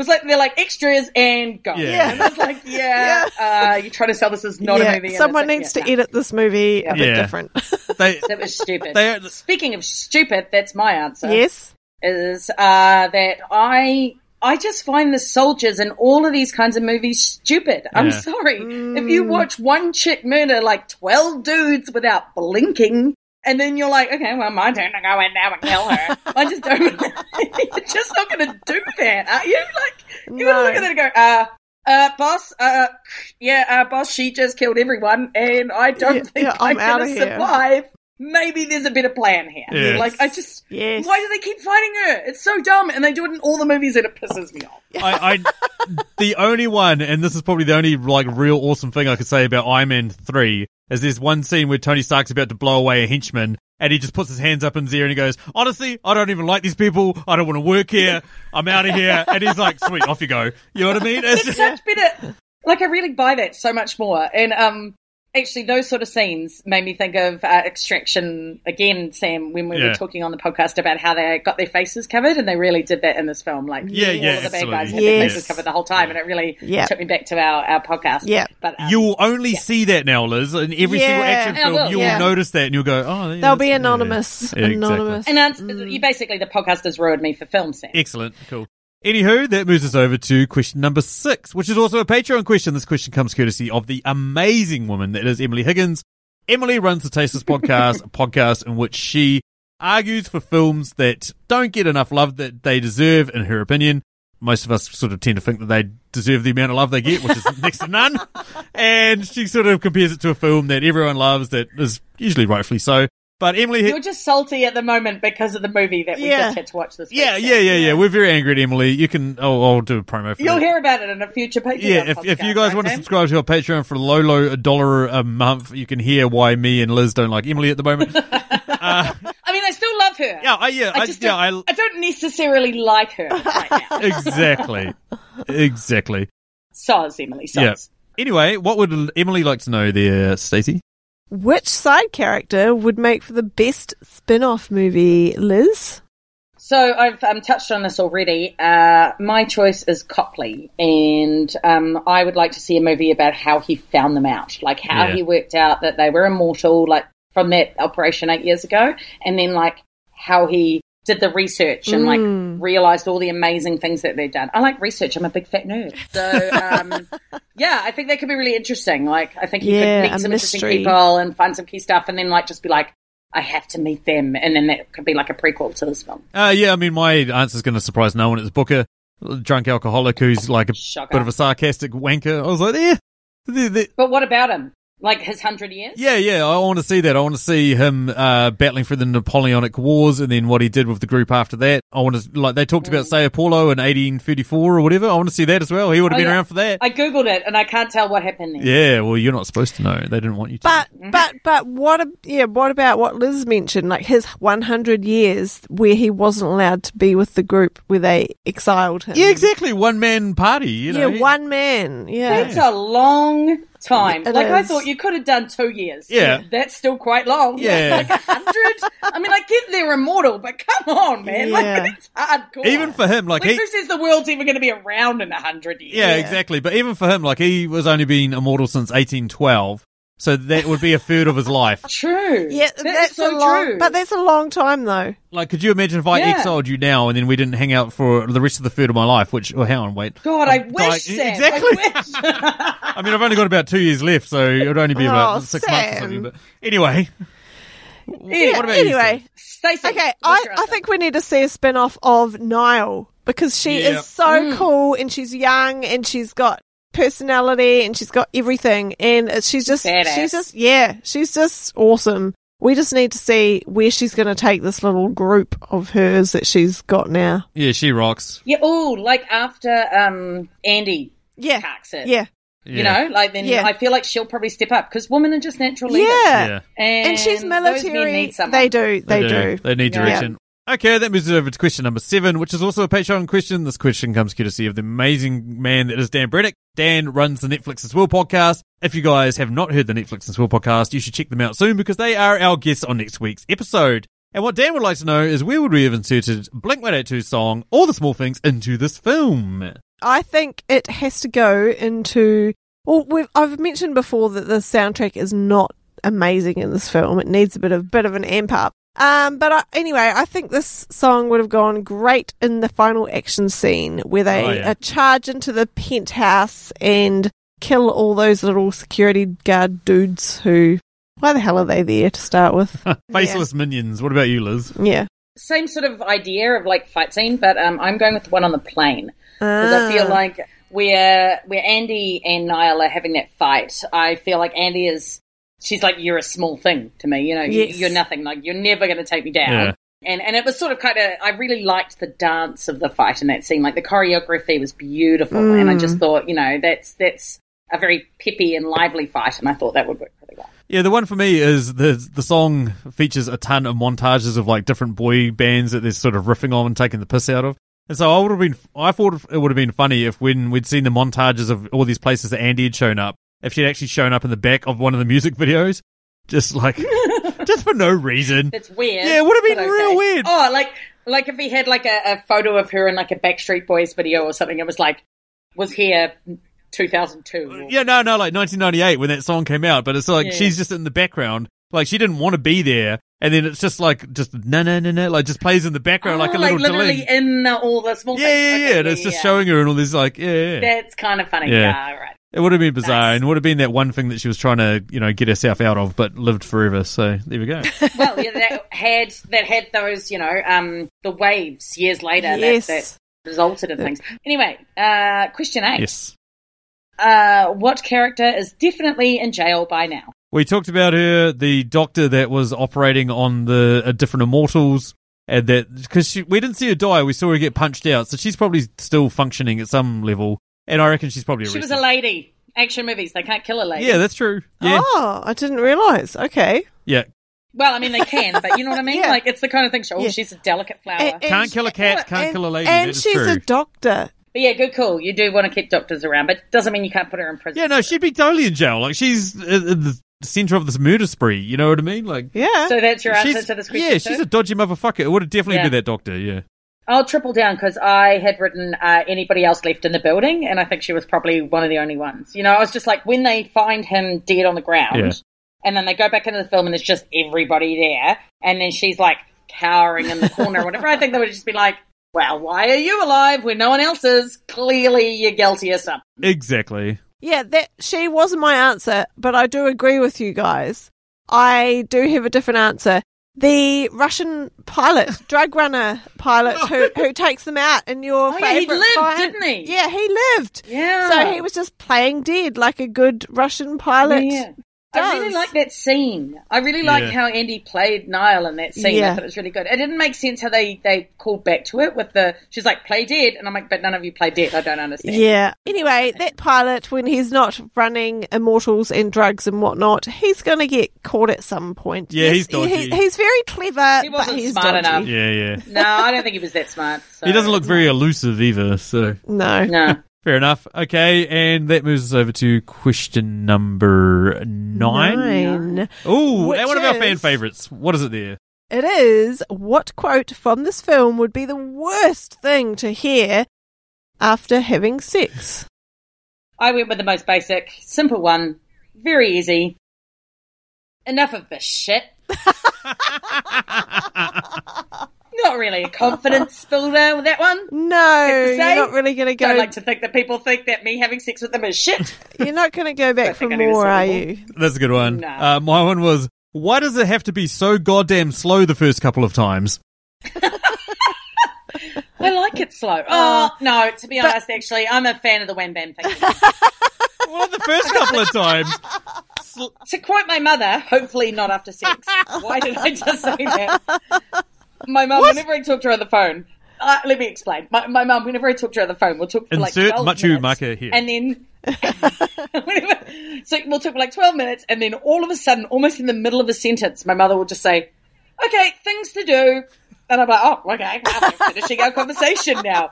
H: was like they're like extras and go.
F: Yeah.
G: Yeah.
H: And I was like, yeah, uh, you're trying to sell this as not
G: yeah,
H: a movie. and
G: someone
H: it's like,
G: needs
H: yeah,
G: to
H: no.
G: edit this movie a bit
F: Yeah.
G: different.
F: They,
H: That was stupid.
F: They-
H: Speaking of stupid, that's my answer.
G: yes.
H: Is uh, that I I just find the soldiers in all of these kinds of movies stupid. I'm
F: Yeah.
H: sorry. If
G: Mm.
H: you watch one chick murder like twelve dudes without blinking. And then you're like, okay, well, my turn to go in now and kill her. I just don't. you're just not going to do that, are you? Like, you're
G: No.
H: going to look at it and go, uh, uh, boss, uh, yeah, uh, boss, she just killed everyone, and I don't
G: Yeah,
H: think
G: yeah,
H: I'm,
G: I'm outta
H: going to
G: here.
H: survive. Maybe there's a better plan here.
F: Yes.
H: Like, I just,
G: Yes.
H: why do they keep fighting her? It's so dumb, and they do it in all the movies, and it pisses me off.
F: I, I the only one, and this is probably the only like real awesome thing I could say about Iron Man three is there's one scene where Tony Stark's about to blow away a henchman, and he just puts his hands up in his ear and he goes, "Honestly, I don't even like these people. I don't want to work here. I'm out of here." And he's like, "Sweet, off you go." You know what I mean? It's just-
H: It's such better. Like, I really buy that so much more. And um, actually those sort of scenes made me think of uh, extraction again sam when we
F: Yeah.
H: were talking on the podcast about how they got their faces covered and they really did that in this film like
F: Yeah,
H: all
F: yeah,
H: of the bad guys
F: absolutely.
H: had their
G: Yes.
H: faces covered the whole time and it really
G: Yeah.
H: took me back to our, our podcast
G: Yeah.
H: but um,
F: You'll only see that now, Liz. In every single
G: Yeah. Oh,
F: action
H: Yeah, I
F: film,
H: will,
F: you'll
G: yeah.
F: notice that, and you'll go, "Oh, yeah,
G: They'll be
F: that's- yeah.
G: anonymous.
F: Yeah, exactly.
G: Anonymous.
H: and uh, that's,
G: Mm.
H: you basically the podcast has ruined me for film sam
F: Excellent. Cool. Anywho, that moves us over to question number six, which is also a Patreon question. This question comes courtesy of the amazing woman that is Emily Higgins. Emily runs the Tasteless Podcast, a podcast in which she argues for films that don't get enough love that they deserve, in her opinion. Most of us sort of tend to think that they deserve the amount of love they get, which is next to none. And she sort of compares it to a film that everyone loves that is usually rightfully so. But Emily,
H: you're just salty at the moment because of the movie that we
G: Yeah.
H: just had to watch this week,
F: yeah,
H: Sam.
F: yeah, yeah, yeah. We're very angry at Emily. You can. Oh, I'll do a promo for
H: you'll
F: that.
H: hear about it in a future patreon
F: Yeah, if, if
H: podcast,
F: you guys
H: right,
F: want to
H: Sam?
F: subscribe to our Patreon for low, low a dollar a month, you can hear why me and Liz don't like Emily at the moment. uh,
H: i mean i still love her
F: yeah, I, yeah, I,
H: I just
F: yeah,
H: don't,
F: I,
H: I don't necessarily like her right now.
F: exactly, exactly.
H: Soz, Emily, Soz.
F: Yeah. Anyway, what would Emily like to know there, Stacey?
G: Which side character would make for the best spin off movie, Liz?
H: So I've um, touched on this already. Uh, my choice is Copley, and um, I would like to see a movie about how he found them out, like how
F: Yeah.
H: he worked out that they were immortal, like from that operation eight years ago, and then like how he did the research and
G: Mm.
H: like realized all the amazing things that they'd done. I like research. I'm a big fat nerd, so um, yeah, I think that could be really interesting. Like I think he
G: Yeah,
H: could
G: a
H: meet some
G: mystery.
H: interesting people and find some key stuff, and then like just be like. I have to meet them, and then that could be like a prequel to this film.
F: Uh, yeah, I mean, my answer's going to surprise no one. It's Booker, a drunk alcoholic who's like a
H: Shocker.
F: bit of a sarcastic wanker. I was like, yeah, the- the-
H: But what about him? Like his hundred years?
F: Yeah, yeah, I want to see that. I want to see him uh, battling for the Napoleonic Wars, and then what he did with the group after that. I want to like they talked about Sao Paulo in 1834 or whatever. I want to see that as well. He would have
H: Oh,
F: been
H: yeah.
F: around for that.
H: I googled it and I can't tell what happened there.
F: yeah, well, you're not supposed to know. They didn't want you to.
G: But but but what ab- yeah what about what Liz mentioned like his 100 years where he wasn't allowed to be with the group where they exiled him
F: yeah, exactly. One man party. You know?
G: yeah one man yeah
H: That's a long time.
G: It
H: like I
G: is.
H: thought you could have done two years.
F: Yeah.
H: That's still quite long.
F: Yeah.
H: Like a hundred? I mean, I get they're immortal, but come on, man. Like
G: Yeah.
H: that's hardcore.
F: Even for him, like,
H: Like,
F: he.
H: who says the world's even going to be around in a hundred years?
F: Yeah, exactly. But even for him, like he was only been immortal since 1812, so that would be a third of his life.
H: True.
G: yeah
H: That is
G: that's a
H: so
G: long
H: true.
G: but that's a long time though
F: Like, could you imagine if I
H: Yeah.
F: exiled you now and then we didn't hang out for the rest of the third of my life? Which, oh, hang on, wait.
H: God, I
F: Like,
H: wish. Sam,
F: exactly.
H: I wish.
F: I mean, I've only got about two years left, so it would only be
G: Oh,
F: about six months or something.
G: Sam.
F: But anyway,
H: Yeah.
F: what about you,
G: anyway
H: Stacey,
G: okay
H: what's
G: I,
H: your
G: I
H: answer?
G: think we need to see a spin off of Niall because she
F: Yeah.
G: is so
H: Mm.
G: cool and she's young and she's got personality and she's got everything and it's- she's just
H: Badass.
G: she's just yeah she's just awesome we just need to see where she's going to take this little group of hers that she's got now
F: yeah, she rocks.
H: Yeah. Oh, like after um Andy
G: yeah
H: packs it.
G: yeah
F: Yeah.
H: You know, like then
G: Yeah.
H: I feel like she'll probably step up because women are just natural leaders.
G: yeah
F: yeah,
H: And,
G: and she's
H: Those men
G: military
H: need someone.
G: they do they, do,
F: They need
H: Yeah.
F: direction. Okay, that moves us over to question number seven, which is also a Patreon question. This question comes courtesy of the amazing man that is Dan Brennick. Dan runs the Netflix and Swill podcast. If you guys have not heard the Netflix and Swill podcast, you should check them out soon because they are our guests on next week's episode. And what Dan would like to know is where would we have inserted Blink 182 song, All the Small Things, into this film?
G: I think it has to go into. Well, we've, I've mentioned before that the soundtrack is not amazing in this film. It needs a bit of bit of an amp up. Um, but I, anyway, I think this song would have gone great in the final action scene where they
F: Oh, yeah.
G: uh, charge into the penthouse and kill all those little security guard dudes who. Why the hell are they there to start with?
F: Faceless Minions. What about you, Liz?
G: yeah.
H: Same sort of idea of like fight scene, but um, I'm going with the one on the plane because I feel
G: Ah.
H: like where where Andy and Niall are having that fight, I feel like Andy is she's like you're a small thing to me. You know, You-
G: Yes.
H: you're nothing. Like you're never going to take me down.
F: Yeah.
H: And and it was sort of kind of I really liked the dance of the fight in that scene. Like the choreography was beautiful, and I
G: Mm.
H: just thought you know that's that's a very peppy and lively fight, and I thought that would work really well.
F: Yeah, the one for me is the the song features a ton of montages of like different boy bands that they're sort of riffing on and taking the piss out of. And so I would have been, I thought it would have been funny if when we'd seen the montages of all these places that Andy had shown up, if she'd actually shown up in the back of one of the music videos, just like just for no reason.
H: That's weird.
F: Yeah, it would have been
H: but
F: real weird.
H: Oh, like like if he had like a, a photo of her in like a Backstreet Boys video or something. It was like was here 2002. or-
F: Yeah, no, no, like 1998 when that song came out, but it's like
H: Yeah.
F: she's just in the background. Like she didn't want to be there, and then it's just like just na na na na, like just plays in the background like a
H: Oh,
F: little
H: literally
F: delay.
H: in uh, all the small.
F: Yeah,
H: things.
F: yeah,
H: Okay,
F: yeah. And it's just showing her and all this like yeah, yeah.
H: That's kind of funny.
F: Yeah.
H: Yeah, right.
F: It would have been bizarre,
H: Nice.
F: and would have been that one thing that she was trying to, you know, get herself out of, but lived forever. So there we go.
H: Well, yeah, that had that had those, you know, um, the waves years later
G: Yes.
H: that, that resulted in things. Anyway, uh, question eight:
F: yes,
H: uh, What character is definitely in jail by now?
F: we talked about her, the doctor that was operating on the uh, different immortals, and that because we didn't see her die, we saw her get punched out, so she's probably still functioning at some level, and I reckon she's probably
H: She was
F: arrested.
H: a lady. Action movies, they can't kill a lady.
F: Yeah, that's true. Yeah,
G: Oh, I didn't realize. Okay.
F: yeah.
H: Well, I mean, they can, but you know what I mean?
G: Yeah.
H: Like, it's the kind of thing, oh,
G: Yeah.
H: she's a delicate flower.
G: And- and
F: Can't kill a
G: she-
F: cat, can't
G: and-
F: kill a lady,
G: And
F: that is
G: she's a
F: true.
G: doctor.
H: but yeah, good call. You do want to keep doctors around, but doesn't mean you can't put her in prison.
F: Yeah, no, she'd be totally in jail. Like she's at at the center of this murder spree. You know what I mean? Like.
G: Yeah.
H: So that's your answer
F: she's-
H: to this question.
F: yeah, she's
H: too?
F: a dodgy motherfucker. It would have definitely
H: Yeah.
F: been that doctor. Yeah,
H: I'll triple down because I had written uh, anybody else left in the building, and I think she was probably one of the only ones. You know, I was just like, when they find him dead on the ground,
F: Yeah.
H: and then they go back into the film, and it's just everybody there, and then she's like cowering in the corner or whatever. I think they would just be like, "Well, why are you alive when no one else is? Clearly, you're guilty or something."
F: exactly.
G: Yeah, that she wasn't my answer, but I do agree with you guys. I do have a different answer. The Russian pilot, drug runner pilot who, who takes them out in your
H: Oh, yeah, he
G: favorite
H: lived,
G: fight-
H: didn't he?
G: Yeah, he lived.
H: Yeah.
G: So he was just playing dead like a good Russian pilot.
H: Yeah. I really
G: does.
H: like that scene. I really like
F: Yeah.
H: how Andy played Niall in that scene.
G: Yeah.
H: I thought it was really good. It didn't make sense how they, they called back to it with the she's like play dead, and I'm like, but none of you play dead. I don't understand.
G: Yeah. Anyway, that pilot, when he's not running immortals and drugs and whatnot, he's going to get caught at some point.
F: Yeah, he's dodgy.
G: He, he's very clever,
H: He
G: but
H: wasn't
G: he's
H: smart
G: dodgy.
H: enough.
F: Yeah, yeah.
H: No, I don't think he was that smart. So.
F: He doesn't look very elusive either. So
G: No.
H: No.
F: Fair enough. Okay, and that moves us over to question number nine.
G: Nine.
F: Oh,
G: Which
F: one of our fan
G: is-
F: favorites. What is it there?
G: It is what quote from this film would be the worst thing to hear after having sex?
H: I went with the most basic, simple one, very easy. Enough of this shit. Not really a confidence builder with that one.
G: No,
H: It's the
G: you're
H: same.
G: not really going to go.
H: Don't like to think that people think that me having sex with them is shit.
G: you're not going to go back for
H: think I need a
G: more, are
H: syllable.
G: you?
F: That's a good one.
H: No.
F: Uh, my one was why does it have to be so goddamn slow the first couple of times?
H: I like it slow. Oh, no, to be honest, actually, I'm a fan of the wham bam thing.
F: Well, the first couple of times. Sl-
H: to quote my mother, hopefully not after sex. Why did I just say that? My mum, whenever I talk to her on the phone, uh, let me explain. My, my mum, whenever I talk to her on the phone, we'll talk for
F: Insert
H: like 12
F: Machu
H: minutes.
F: Maka here.
H: And then. whenever- so we'll talk for like 12 minutes, and then all of a sudden, almost in the middle of a sentence, my mother will just say, okay, things to do. And I'm like, oh, okay, well, we're finishing our conversation now.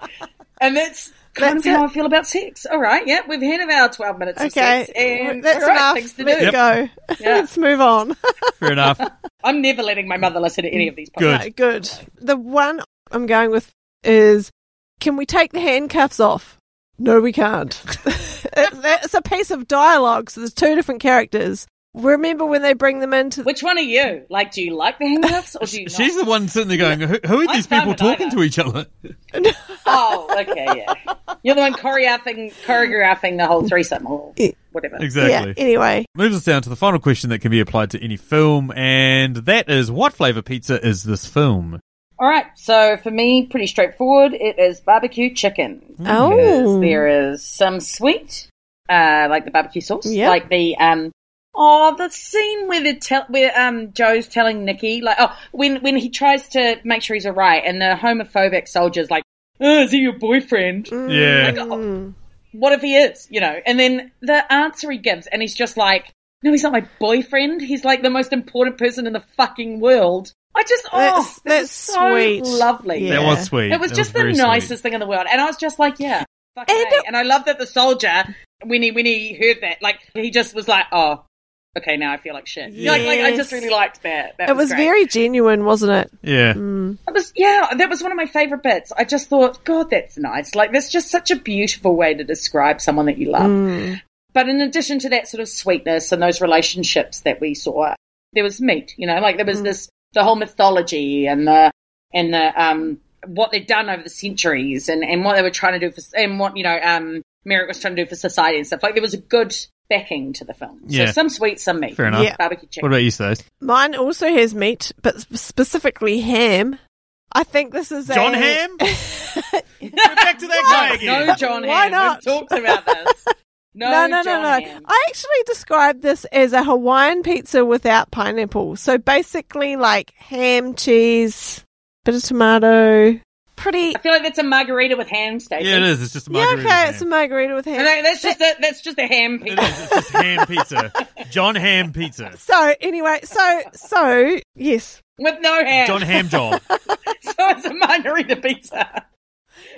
H: And that's kind
G: That's
H: of how
G: it.
H: I feel about sex. All right, yeah, we've had our 12 minutes of
G: Okay,
H: sex. And
G: that's
H: all right, things
G: enough.
H: to
G: Let's go.
H: do.
G: Let's move on.
F: Fair enough.
H: I'm never letting my mother listen to any of these podcasts.
F: Good.
G: No, good. The one I'm going with is can we take the handcuffs off? No, we can't. It- It's a piece of dialogue, so there's two different characters. Remember when they bring them into the.
H: Which one are you? Like, do you like the handcuffs or do you not?
F: She's the one sitting there going, who, who are
H: I'm
F: these
H: fine
F: people
H: with
F: talking
H: either.
F: to each other?
H: Oh, okay, yeah. You're the one choreographing, choreographing the whole threesome or whatever.
F: Exactly.
G: Yeah, anyway.
F: Moves us down to the final question that can be applied to any film, and that is what flavour pizza is this film?
H: All right, so for me, pretty straightforward. It is barbecue chicken.
F: Mm.
G: Oh.
H: There is some sweet, uh, like the barbecue sauce,
G: Yep.
H: like the um. Oh, the scene where the tell where um Joe's telling Nikki like oh when when he tries to make sure he's alright and the homophobic soldier's like oh is he your boyfriend
F: Yeah.
H: what if he is, you know? And then the answer he gives, and he's just like, no, he's not my boyfriend. He's like the most important person in the fucking world. I just, oh,
G: That's-
H: that's,
G: that's
H: so
G: sweet.
H: lovely.
G: Yeah.
F: That was sweet.
H: It was
F: That
H: just the
F: very sweet.
H: nicest thing in the world. And I was just like, yeah. fucking
G: And
H: A. And I love that the soldier when he when he heard that, like he just was like, "Oh, okay, now I feel like shit." Like, like, I
G: Yes.
H: just really liked that. that
G: It was
H: great.
G: very genuine, wasn't it?
F: Yeah.
H: It was yeah, that was one of my favorite bits. I just thought, God, that's nice. Like that's just such a beautiful way to describe someone that you love.
F: Mm.
H: But in addition to that sort of sweetness and those relationships that we saw, there was meat. You know, like there
F: Mm.
H: was this the whole mythology and the and the um what they'd done over the centuries and and what they were trying to do for and what you know um Merrick was trying to do for society and stuff. Like there was a good backing to the film.
F: Yeah.
H: So some sweet, some meat.
F: Fair enough.
G: Yeah.
H: Barbecue chicken.
F: What about you, Stace?
G: Mine also has meat, but sp- specifically ham. I think this is
F: John
G: a-
F: Ham? Go back to that guy again.
H: no, John
G: Why
H: Ham.
G: not?
H: We've talked about this. No,
G: No, no, no,
H: John
G: no.
H: Ham.
G: I actually described this as a Hawaiian pizza without pineapple. So basically, like ham, cheese, bit of tomato. Pretty.
H: I feel like that's a margarita with ham, Stacey.
F: Yeah, it is. It's just a
G: Yeah,
F: margarita.
G: okay.
F: ham.
G: It's a margarita with
H: And
G: ham.
H: that- that's just a, that's just a ham
F: It
H: pizza.
F: is. It's just ham pizza. John Ham pizza.
G: So anyway, so so yes.
H: with no ham.
F: John Ham Job.
H: so it's a margarita pizza.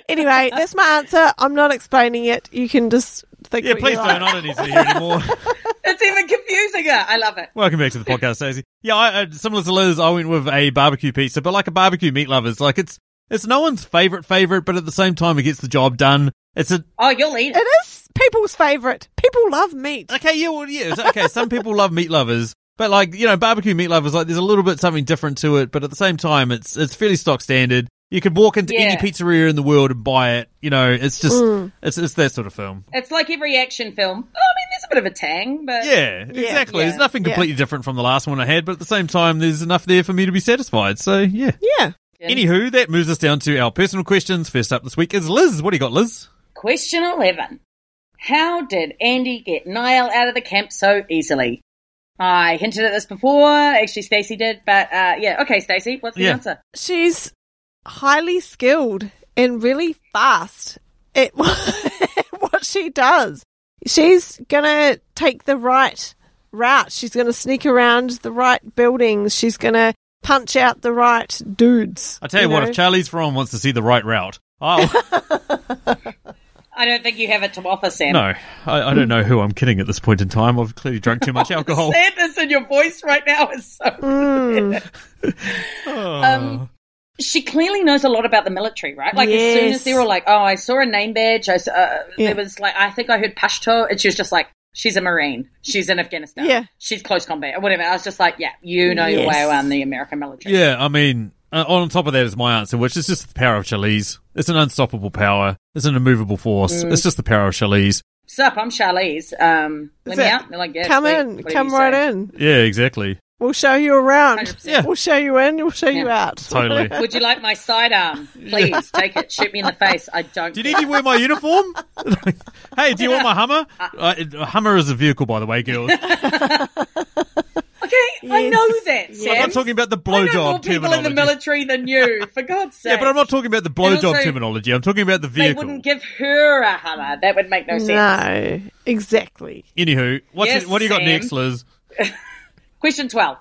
G: Anyway, that's my answer. I'm not explaining it. You can just think.
F: Yeah,
G: what you
F: please
G: like.
F: don't. I don't need to hear anymore.
H: It's even confusing her. I love it.
F: Welcome back to the podcast, Stacey. Yeah, I, uh, similar to Liz, I went with a barbecue pizza, but like a barbecue meat lovers, like it's it's no one's favorite favorite, but at the same time, it gets the job done. It's a
H: Oh, you'll eat it.
G: It is people's favorite. People love meat.
F: okay, yeah, well, yeah, it's okay. Some people love meat lovers, but like you know, barbecue meat lovers, like there's a little bit something different to it, but at the same time, it's it's fairly stock standard. You could walk into any
H: Yeah.
F: pizzeria in the world and buy it. You know, it's just it's it's that sort of film.
H: It's like every action film. Oh, I mean, there's a bit of a tang, but
F: Yeah, exactly.
H: Uh, Yeah.
F: There's nothing
G: Yeah.
F: completely different from the last one I had, but at the same time, there's enough there for me to be satisfied. So yeah.
G: Yeah.
F: Anywho, that moves us down to our personal questions. First up this week is Liz. What do you got, Liz?
H: Question 11. How did Andy get Niall out of the camp so easily? I hinted at this before. Actually, Stacey did, but uh, yeah. Okay, Stacey, what's the
F: Yeah.
H: answer?
G: She's highly skilled and really fast at what she does. She's going to take the right route. She's going to sneak around the right buildings. She's going to punch out the right dudes.
F: I tell you, what,
G: know?
F: if Charlie's from wants to see the right route, I'll
H: I don't think you have it to offer, Sam.
F: no, I, I don't know who I'm kidding at this point in time. I've clearly drunk too much alcohol.
H: Sadness in your voice right now is so.
G: Hmm,
H: um, she clearly knows a lot about the military, right? Like as soon
G: Yes.
H: as they were like, "Oh, I saw a name badge," I s- uh,
G: Yeah.
H: it was like I think I heard Pashto, and she was just like, "She's a marine. She's in Afghanistan.
G: Yeah.
H: she's close combat or whatever." I was just like, "Yeah, you know your
G: Yes.
H: way around the American military."
F: Yeah, I mean, uh, on top of that is my answer, which is just the power of Charlie's. It's an unstoppable power. It's an immovable force.
H: Mm.
F: It's just the power of Charlie's.
H: Sup, I'm Charlize. Um, let
G: Is
H: me
G: it-
H: out. They're like, yeah,
G: come
H: sweet.
G: in.
H: Whatever
G: Come
H: you
G: right
H: say.
G: in.
F: Yeah, exactly.
G: We'll show you around.
H: 100%.
F: Yeah.
G: We'll show you in. We'll show you
H: Yeah.
G: out.
F: Totally.
H: Would you like my sidearm? Please take it. Shoot me in the face. I don't.
F: Do you need me to wear my uniform? hey, do you want my Hummer? Uh, it- Hummer is a vehicle, by the way, girls.
H: Okay, I
G: Yes.
H: know that. Sam.
F: I'm not talking about the
H: I know more
F: blowjob
H: people in the
F: terminology.
H: military than you. For God's sake.
F: Yeah, but I'm not talking about the blowjob
H: And also,
F: terminology. I'm talking about the
H: They
F: vehicle.
H: wouldn't give her a hammer. That would make no sense.
G: No, exactly.
F: Anywho, what's
H: Yes,
F: it- what do you got
H: Sam.
F: next, Liz?
H: Question 12.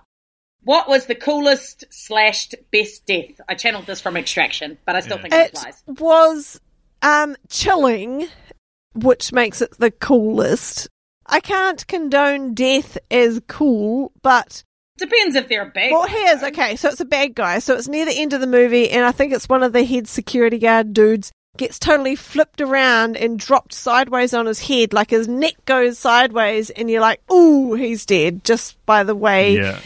H: What was the coolest slashed best death? I channeled this from Extraction, but I still think it
G: It
H: applies.
G: was um, chilling, which makes it the coolest. I can't condone death as cool, but
H: Depends if they're a big.
G: well, here's okay. So it's a bad guy. So it's near the end of the movie, and I think it's one of the head security guard dudes gets totally flipped around and dropped sideways on his head, like his neck goes sideways, and you're like, "Ooh, he's dead!" Just by the way
F: Yeah,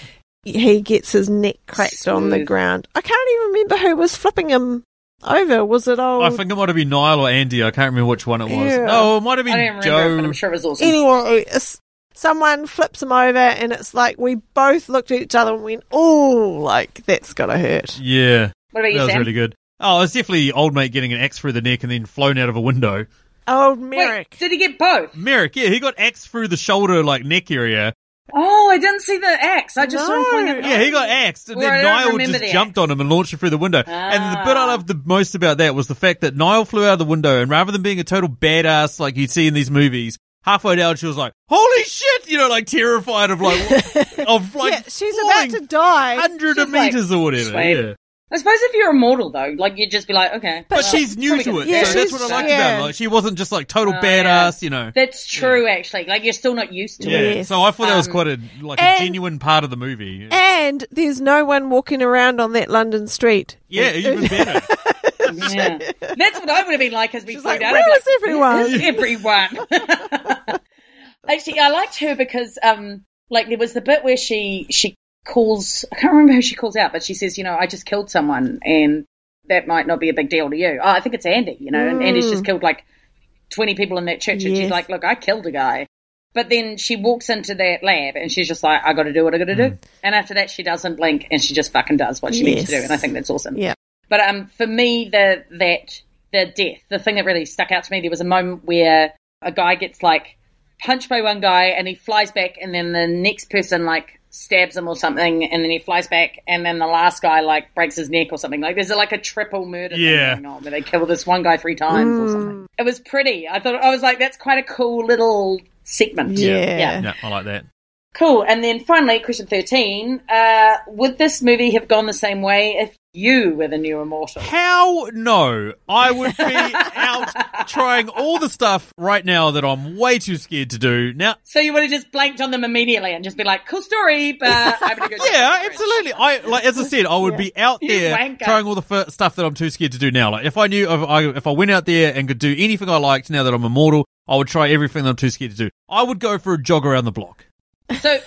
G: he gets his neck cracked on the
H: Smooth.
G: ground. I can't even remember who was flipping him over. Was it old?
F: I think it might have been Niall or Andy. I can't remember which one it was.
G: Yeah.
F: No, it might have
H: I don't
F: been
H: remember, but
F: Joe.
H: I'm sure it was awesome.
G: anyway, it's, uh, someone flips him over, and it's like we both looked at each other and went, "Oh, like that's gotta hurt."
F: Yeah,
H: what about
F: that
H: you,
F: was
H: Sam?
F: really good. Oh, it's definitely old mate getting an axe through the neck and then flown out of a window.
G: Oh,
H: Wait,
G: Merrick.
H: did he get both?
F: Merrick, yeah, he got axe through the shoulder, like neck area.
H: Oh, I didn't see the axe. I just saw him
G: No.
H: fling it.
F: Yeah, he got axed, and
H: Well, I
F: then
H: don't
F: Niall
H: remember
F: just
H: the
F: jumped on him and launched him through the window. And the bit I
H: Ah.
F: loved the most about that was the fact that Niall flew out of the window, and rather than being a total badass like you'd see in these movies, halfway down she was like, "Holy shit!" You know, like terrified of like of like
G: yeah, she's about
F: falling
G: to die.
F: hundred of
H: She's like,
F: meters or whatever.
H: "Sweet."
F: Yeah.
H: I suppose if you're immortal, though, like you'd just be like, okay.
F: But she's new to it,
G: Yeah,
F: so
G: she's-
F: that's what I liked about
G: yeah.
F: it. Like, she wasn't just like total
H: Oh, yeah.
F: badass, you know.
H: That's true, actually. Like you're still not used to
F: Yeah.
H: it.
G: Yes.
F: So I thought that was quite a like a
G: and-
F: genuine part of the movie.
G: And there's no one walking around on that London street.
F: yeah, even better.
H: Yeah. That's what I would have been like as we flew
G: like,
H: down.
G: "Where
H: I'd
G: is
H: be Where is everyone? Actually, I liked her because, um, like, there was the bit where she she calls. I can't remember who she calls out, but she says, "You know, I just killed someone, and that might not be a big deal to you." Oh, I think it's Andy. You know, and Andy's just killed like twenty people in that church, and she's
G: Mm. Yes.
H: like, "Look, I killed a guy." But then she walks into that lab and she's just like, I gotta do what I gotta
G: Mm.
H: do. And after that, she doesn't blink and she just fucking does what she needs to
G: Yes.
H: do. And I think that's awesome.
G: Yeah.
H: But um, for me, the that the death, the thing that really stuck out to me, there was a moment where a guy gets like punched by one guy and he flies back, and then the next person like stabs him or something, and then he flies back, and then the last guy like breaks his neck or something. Like there's like a triple murder
F: Yeah.
H: thing going on where they kill this one guy three times or something. It was pretty. I thought I was like, that's quite a cool little segment.
G: Yeah.
H: yeah.
F: yeah, I like that.
H: Cool. And then finally, question 13. Uh, would this movie have gone the same way if you were the new immortal?
F: How no? I would be out trying all the stuff right now that I'm way too scared to do. Now,
H: So you would have just blanked on them immediately and just be like, cool story, but I'm going to go.
F: yeah, absolutely. I like as I said, I would be out
H: You
F: there
H: wanker.
F: trying all the fir- stuff that I'm too scared to do now. Like if I knew, if I, if I went out there and could do anything I liked now that I'm immortal, I would try everything that I'm too scared to do. I would go for a jog around the block.
H: So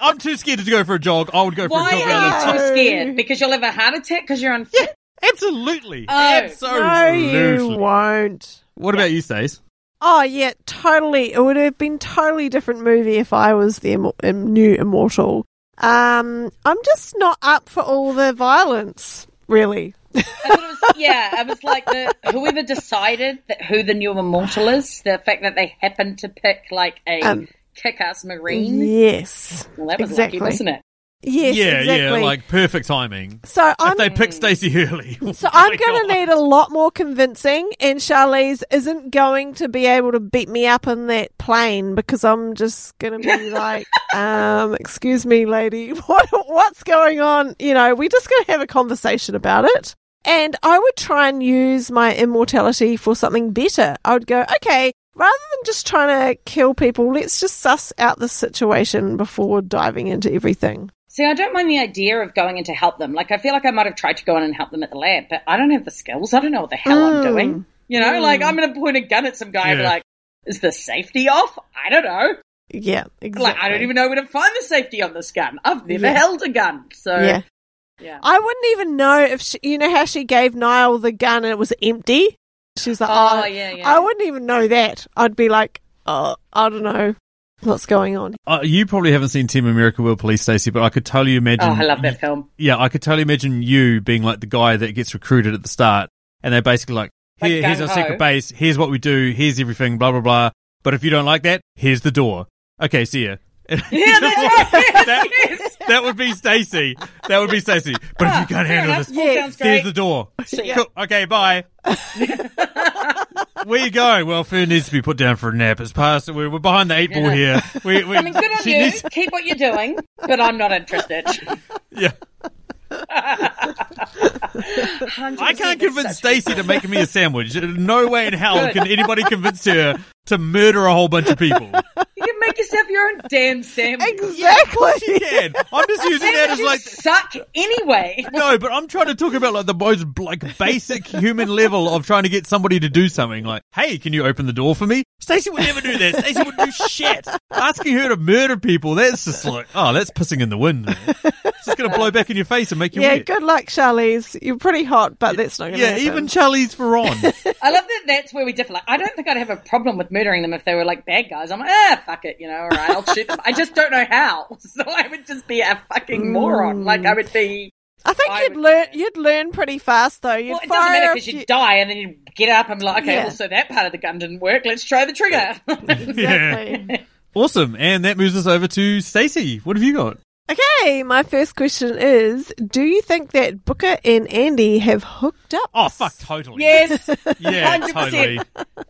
F: I'm too scared to go for a jog. I would go for a
H: why
F: jog around the
H: are
F: block.
H: you too scared? Because you'll have a heart attack because you're unfit?
F: Absolutely.
H: Oh.
G: No,
F: Absolutely.
G: you won't.
F: What about you, Stace?
G: Oh yeah, totally. It would have been totally different movie if I was the immo- im- new immortal. Um, I'm just not up for all the violence, really.
H: I thought it was, yeah, I was like, the, whoever decided that who the new immortal is, the fact that they happened to pick like a
G: Um,
H: kick-ass marine,
G: Yes,
H: well, that was
G: exactly.
H: lucky, wasn't it?
G: yes,
F: yeah,
G: exactly.
F: yeah, like perfect timing.
G: so I'm
F: if they pick Stacey Hurley.
G: So I'm going to need a lot more convincing, and Charlize isn't going to be able to beat me up in that plane because I'm just going to be like, um, "Excuse me, lady, what what's going on?" You know, we're just going to have a conversation about it. And I would try and use my immortality for something better. I would go, okay, rather than just trying to kill people, let's just suss out the situation before diving into everything.
H: See, I don't mind the idea of going in to help them. Like, I feel like I might have tried to go in and help them at the lab, but I don't have the skills. I don't know what the hell
G: Oh.
H: I'm doing. You know, like, I'm going to point a gun at some guy and be
F: Yeah.
H: like, is the safety off? I don't know.
G: Yeah, exactly.
H: Like, I don't even know where to find the safety on this gun. I've never
G: Yeah.
H: held a gun. So,
G: Yeah.
H: Yeah.
G: I wouldn't even know if she, you know how she gave Niall the gun and it was empty. She's like,
H: Oh,
G: oh,
H: yeah, yeah.
G: I wouldn't even know that. I'd be like, oh, I don't know what's going on.
F: Uh, you probably haven't seen Team America World Police, Stacey, but I could totally imagine.
H: oh, I love that film.
F: Yeah, I could totally imagine you being like the guy that gets recruited at the start, and they're basically like,
H: Like
F: Here, "Here's our
H: gung-ho.
F: secret base. Here's what we do. Here's everything. Blah blah blah." But if you don't like that, here's the door. Okay, see ya.
H: Yeah, that's right. Yes,
F: That-
H: yes.
F: That would be Stacey. That would be Stacey. But if
H: Ah,
F: you can't
H: fair
F: handle
H: enough.
F: this,
H: All
G: Yes.
H: sounds
F: here's
H: great.
F: the door.
H: See ya.
F: Cool. Okay, bye. Where you going? Well, Fern needs to be put down for a nap. It's past. We're, we're behind the eight ball here. We, we,
H: I mean, good on
F: she
H: you.
F: needs-
H: Keep what you're doing, but I'm not interested.
F: yeah. I can't convince Stacey to make me a sandwich. No way in hell
H: Good.
F: can anybody convince her to murder a whole bunch of people.
H: You can make yourself your own damn sandwich.
G: Exactly.
F: Can. I'm just using that as
H: You
F: like
H: suck anyway.
F: no, but I'm trying to talk about like the most like basic human level of trying to get somebody to do something. Like, hey, can you open the door for me? Stacey would never do that. Stacey would do shit. Asking her to murder people—that's just like, oh, that's pissing in the wind. man. It's just gonna blow back in your face and make you
G: Yeah,
F: wet.
G: good luck, Charlize. You're pretty hot, but that's not going to
F: yeah, even Charlie's Veron.
H: I love that that's where we differ. Like, I don't think I'd have a problem with murdering them if they were like bad guys. I'm like, ah, fuck it, you know, all right, I'll shoot them. I just don't know how. So I would just be a fucking
G: Mm.
H: moron. Like, I would be.
G: I think
H: I
G: you'd
H: would
G: learn.
H: say-
G: You'd learn pretty fast, though. You'd
H: Well, it doesn't
G: fire
H: matter
G: a
H: because
G: few-
H: you'd die and then you'd get up and be like, okay,
G: Yeah.
H: well, so that part of the gun didn't work. Let's try the trigger.
F: yeah,
G: Exactly.
F: awesome. And that moves us over to Stacey. What have you got?
G: Okay, my first question is: Do you think that Booker and Andy have hooked up?
F: Oh fuck, totally.
H: yes.
F: yeah,
H: 100%.
F: totally.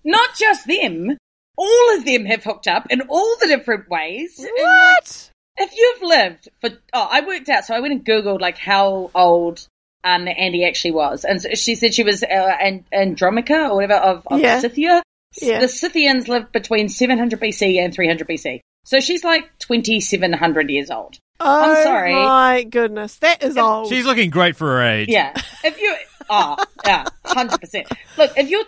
H: Not just them. All of them have hooked up in all the different ways.
G: What?
H: If you've lived for, oh, I worked out, so I went and googled like how old um, that Andy actually was. And so she said she was uh, and Andromica or whatever of, of
G: Yeah.
H: Scythia. S-
G: Yeah.
H: The Scythians lived between 700 BC and 300 BC. So she's like 2,700 years old.
G: Oh,
H: sorry.
G: My goodness, that is old.
F: She's looking great for her age.
H: Yeah. If you are, yeah, 100%. Look, if you're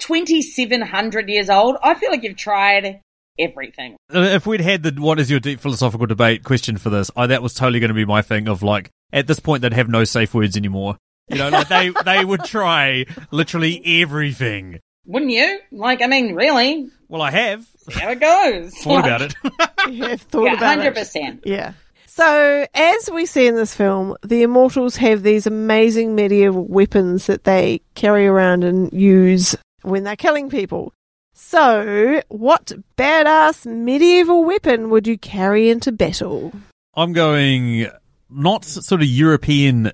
H: 2,700 years old, I feel like you've tried everything.
F: Uh, If we'd had the what is your deep philosophical debate question for this, I, that was totally going to be my thing of like, at this point, they'd have no safe words anymore. You know, like they, they would try literally everything.
H: Wouldn't you? Like, I mean, really?
F: Well, I have
H: There it goes.
F: thought about it.
G: you have thought
H: Yeah,
G: about it.
H: 100%.
G: Yeah. So, as we see in this film, the immortals have these amazing medieval weapons that they carry around and use when they're killing people. So, what badass medieval weapon would you carry into battle?
F: I'm going not s- sort of European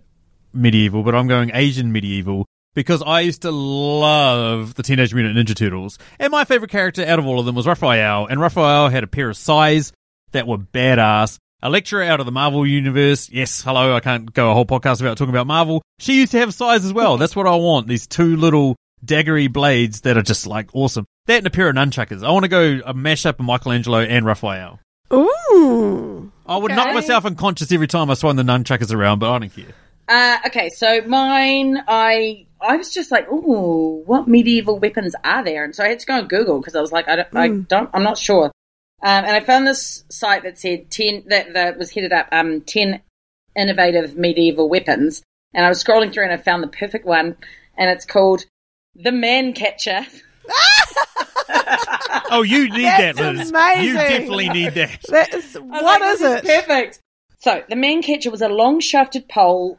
F: medieval, but I'm going Asian medieval because I used to love the Teenage Mutant Ninja Turtles. And my favorite character out of all of them was Raphael. And Raphael had a pair of size that were badass. Electra out of the Marvel universe. Yes, hello. I can't go a whole podcast without talking about Marvel. She used to have size as well. That's what I want. These two little daggery blades that are just like awesome. That and a pair of nunchuckers. I want to go a mash up of Michelangelo and Raphael.
G: Ooh.
F: I would
H: Okay.
F: knock myself unconscious every time I swung the nunchuckers around, but I don't care.
H: Uh, okay, so mine, I I was just like, ooh, what medieval weapons are there? And so I had to go and Google because I was like, I don't, I don't, I'm not sure. Um, and I found this site that said ten that, that was headed up um, ten innovative medieval weapons. And I was scrolling through and I found the perfect one, and it's called the Man Catcher.
F: Oh, you need
G: That's
F: that, Liz. You
G: amazing.
F: definitely need that.
G: That is,
H: I was
G: what
H: like,
G: is
H: this
G: it?
H: is Perfect. So the man catcher was a long shafted pole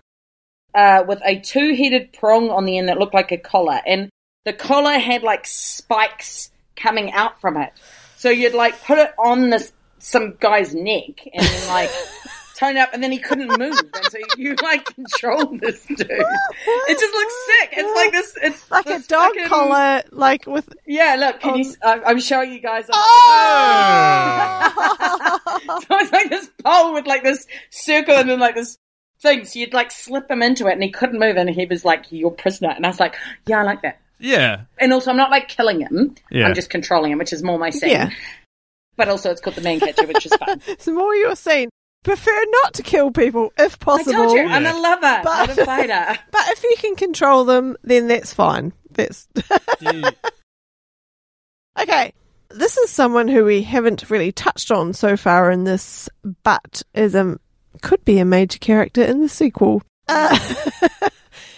H: uh, with a two headed prong on the end that looked like a collar, and the collar had like spikes coming out from it. So you'd like put it on this some guy's neck and then like tone it up, and then he couldn't move, and so you like control this dude. It just looks sick. It's like this. It's
G: like a
H: this
G: dog
H: fucking-
G: collar, Um, like with.
H: Yeah, look. Can you? s- I- I'm showing you guys.
G: Oh!
H: so it's like this pole with like this circle and then like this thing. So you'd like slip him into it and he couldn't move and he was like, You're prisoner. And I was like, Yeah, I like that.
F: Yeah.
H: And also, I'm not like killing him.
F: Yeah.
H: I'm just controlling him, which is more my scene.
G: Yeah.
H: But also, it's called the man catcher, which is fun.
G: Some more you're seeing. Prefer not to kill people if
H: I
G: possible.
H: told you, I'm a lover,
G: But-
H: not a fighter.
G: But if you can control them, then that's fine. That's okay. This is someone who we haven't really touched on so far in this, but is a could be a major character in the sequel. Uh,